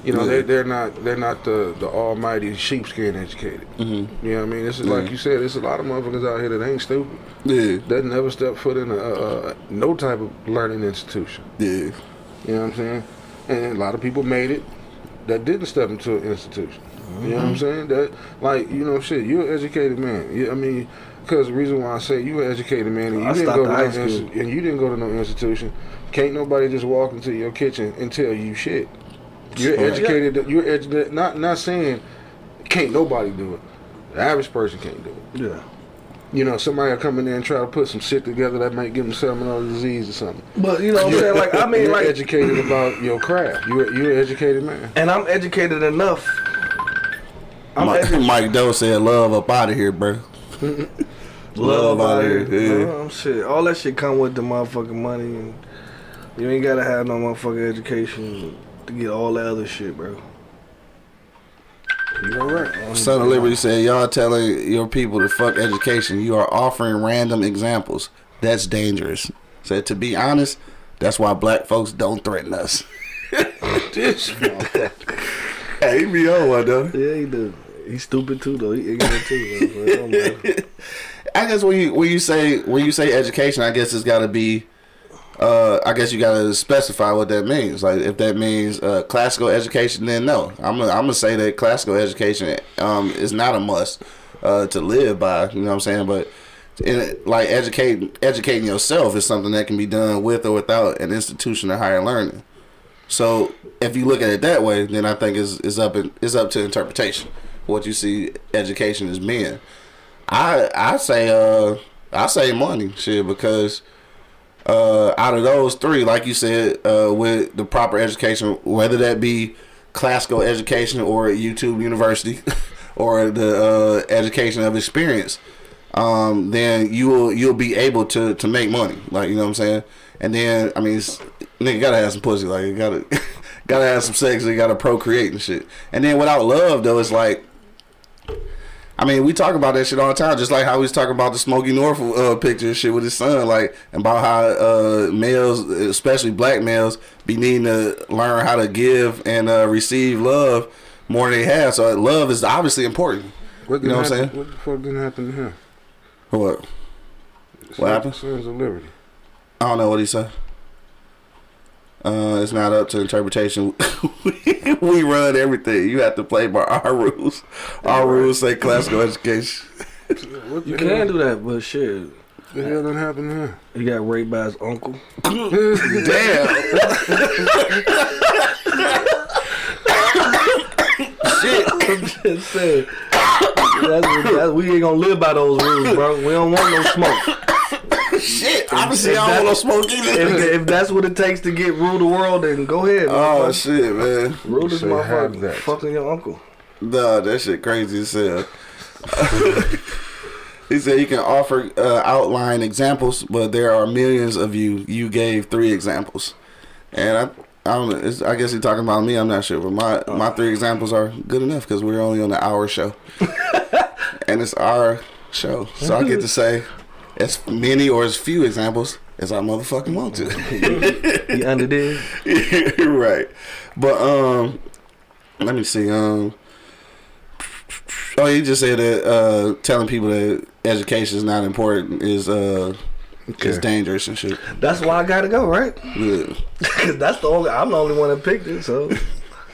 S4: You know,
S1: Yeah.
S4: they, they're not they're not the, the almighty sheepskin educated. Mm-hmm. You know what I mean? This is like you said. There's a lot of motherfuckers out here that ain't stupid.
S1: Yeah,
S4: That never stepped foot in a, a, a no type of learning institution.
S1: yeah.
S4: You know what I'm saying? And a lot of people made it that didn't step into an institution. You know what
S5: Mm-hmm.
S4: I'm saying? That like you know shit. You're an educated man. You, I mean, because the reason why I say you an educated man and you
S5: I
S4: didn't
S5: stopped
S4: go
S5: at
S4: to no
S5: high school.
S4: insti- and you didn't go to no institution. Can't nobody just walk into your kitchen and tell you shit. You're
S1: Right.
S4: educated. You're educated. Not not saying can't nobody do it. The average person can't do it.
S5: Yeah.
S4: You know, somebody will come in there and try to put some shit together that might give them salmonella disease or something.
S5: But you know what I'm saying? Like I mean
S4: you're
S5: like
S4: educated about your craft. You're you're an educated man.
S5: and I'm educated enough. I'm
S1: Mike,
S5: educated
S1: Mike Doe said, "Love up out of here, bro." Love out of here. Yeah.
S5: Um, shit. All that shit come with the motherfucking money and you ain't gotta have no motherfucking education to get all that other shit, bro.
S4: You know right.
S1: Son of Liberty said, "Y'all telling your people to fuck education. You are offering random examples. That's dangerous." Said to be honest, that's why black folks don't threaten us. hey, he be on one though.
S5: Yeah, he do. He's stupid too though. He ignorant too. Though, but it don't matter.
S1: I guess when you when you say when you say education, I guess it's got to be. Uh, I guess you got to specify what that means. Like if that means uh, classical education, then no. I'm gonna, I'm gonna say that classical education um, is not a must uh, to live by. You know what I'm saying? But in, like educating educating yourself is something that can be done with or without an institution of higher learning. So if you look at it that way, then I think it's, it's up in, it's up to interpretation. What you see education as being. I I say uh I say money shit because uh out of those three, like you said, uh with the proper education, whether that be classical education or at YouTube University or the uh, education of experience, um, then you will you'll be able to to make money. Like you know what I'm saying. And then I mean, it's, nigga gotta have some pussy. Like you gotta gotta have some sex. You gotta procreate and shit. And then without love though, it's like I mean, we talk about that shit all the time, just like how we was talking about the Smokey North uh, picture and shit with his son, like and about how uh, males, especially black males, be needing to learn how to give and uh, receive love more than they have. So uh, love is obviously important.
S4: What
S1: You know what I'm
S4: didn't happen-
S1: saying?
S4: What the fuck didn't happen to him?
S1: What? What happened?
S4: Sons of Liberty.
S1: I don't know what he said. Uh, it's not up to interpretation. we run everything. You have to play by our rules. Our rules say classical education.
S4: What
S5: you
S4: the hell,
S5: can do that, but shit.
S4: the hell didn't happen to him?
S5: He got raped by his uncle.
S1: Damn.
S5: I'm just saying. That's, that's, we ain't gonna live by those rules, bro. We don't want no smoke.
S1: Shit. Obviously, I don't want to smoke
S5: If,
S1: either.
S5: if that's what it takes to get rule the world, then go ahead.
S1: Oh
S5: Oh,
S1: shit, man.
S5: rule this
S4: You should have
S5: motherfucker.
S4: that.
S5: Fucking your uncle.
S1: Nah, that shit crazy as hell. he said he can offer uh, outline examples, but there are millions of you. You gave three examples, and I, I don't know. It's, I guess he's talking about me. I'm not sure, but my my three examples are good enough because we're only on the hour show, and it's our show, so I get to say as many or as few examples as I motherfucking want to.
S5: You under there?
S1: right, but um, let me see. Um, oh, you just said that uh, telling people that education is not important is uh is dangerous and shit.
S5: That's why I gotta go, right?
S1: Yeah.
S5: Cause that's the only. I'm the only one that picked it, so.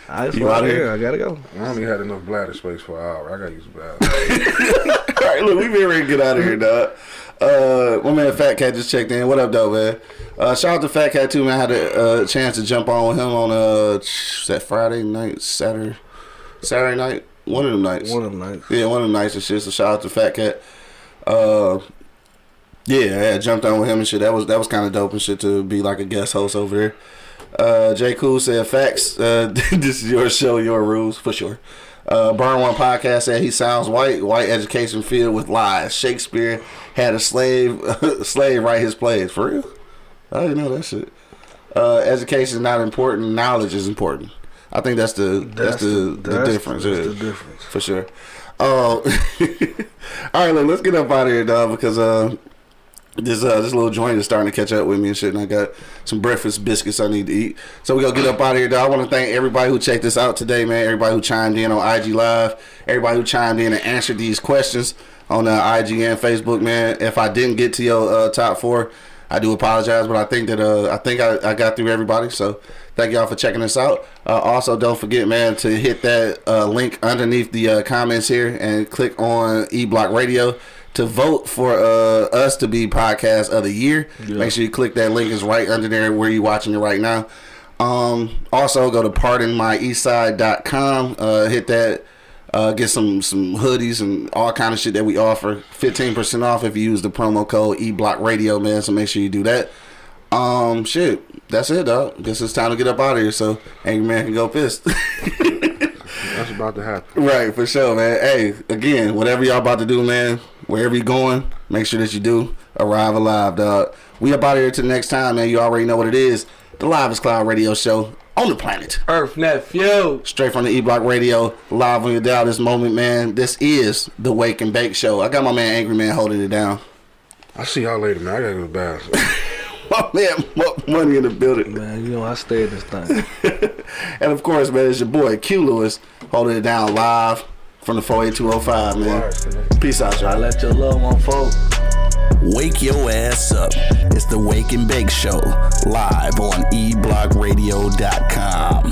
S5: I just
S1: You
S5: out
S1: outta
S5: here.
S1: here?
S5: I gotta go.
S4: I only had enough bladder space for an hour. I gotta use the bladder.
S1: All right, look, we been ready to get out of here, dog. Uh, my man Fat Cat just checked in. What up, though, man? Uh, shout out to Fat Cat too, man. I had a, uh chance to jump on with him on uh, was that Friday night, Saturday, Saturday night, one of them nights.
S5: One of them nights.
S1: Yeah, one of the nicest shit. So shout out to Fat Cat. Uh, yeah, yeah, jumped on with him and shit. That was that was kind of dope and shit to be like a guest host over there. Uh, J. Cool said, "Facts. Uh, this is your show, your rules for sure." Uh, Burn One Podcast said he sounds white. White education filled with lies. Shakespeare had a slave slave write his plays. For real? I didn't know that shit. Uh, education is not important. Knowledge is important. I think that's the that's, the, the,
S5: that's-
S1: difference.
S5: That's
S1: yeah.
S5: the difference.
S1: For sure. Uh, all right, look, let's get up out of here, dog, because uh, this uh, this little joint is starting to catch up with me and shit, and I got some breakfast biscuits I need to eat. So we gonna get up out of here, dog. I want to thank everybody who checked this out today, man. Everybody who chimed in on IG Live, everybody who chimed in and answered these questions on uh, IG and Facebook, man. If I didn't get to your uh, top four, I do apologize, but I think that uh, I think I, I got through everybody. So thank y'all for checking us out. Uh, also, don't forget, man, to hit that uh, link underneath the uh, comments here and click on E Block Radio to vote for uh, us to be podcast of the year. Make sure you click that link. It's right under there where you're watching it right now. Um, also, go to pardonmyeastside.com. Uh, hit that. Uh, get some some hoodies and all kind of shit that we offer. Fifteen percent off if you use the promo code eBlock Radio, man. So make sure you do that. Um, shit, that's it, dog. Guess it's time to get up out of here. So angry man can go pissed.
S4: That's about to happen.
S1: Right, for sure, man. Hey, again, whatever y'all about to do, man, wherever you going, make sure that you do arrive alive, dog. We up out of here till next time, man. You already know what it is. The Livest Cloud Radio Show on the planet.
S5: Earth nephew.
S1: Straight from the E Block Radio, live on your dial this moment, man. This is the Wake and Bake Show. I got my man Angry Man holding it down.
S4: I'll see y'all later, man. I gotta go to the bathroom.
S1: My man, Mo- money in the building.
S5: Man, you know I stay at this thing.
S1: And of course, man, it's your boy Q Lewis holding it down live from the 48205, man. Peace out, y'all.
S5: I let your love unfold.
S3: Wake your ass up. It's the Wake and Bake Show, live on E eblockradio.com.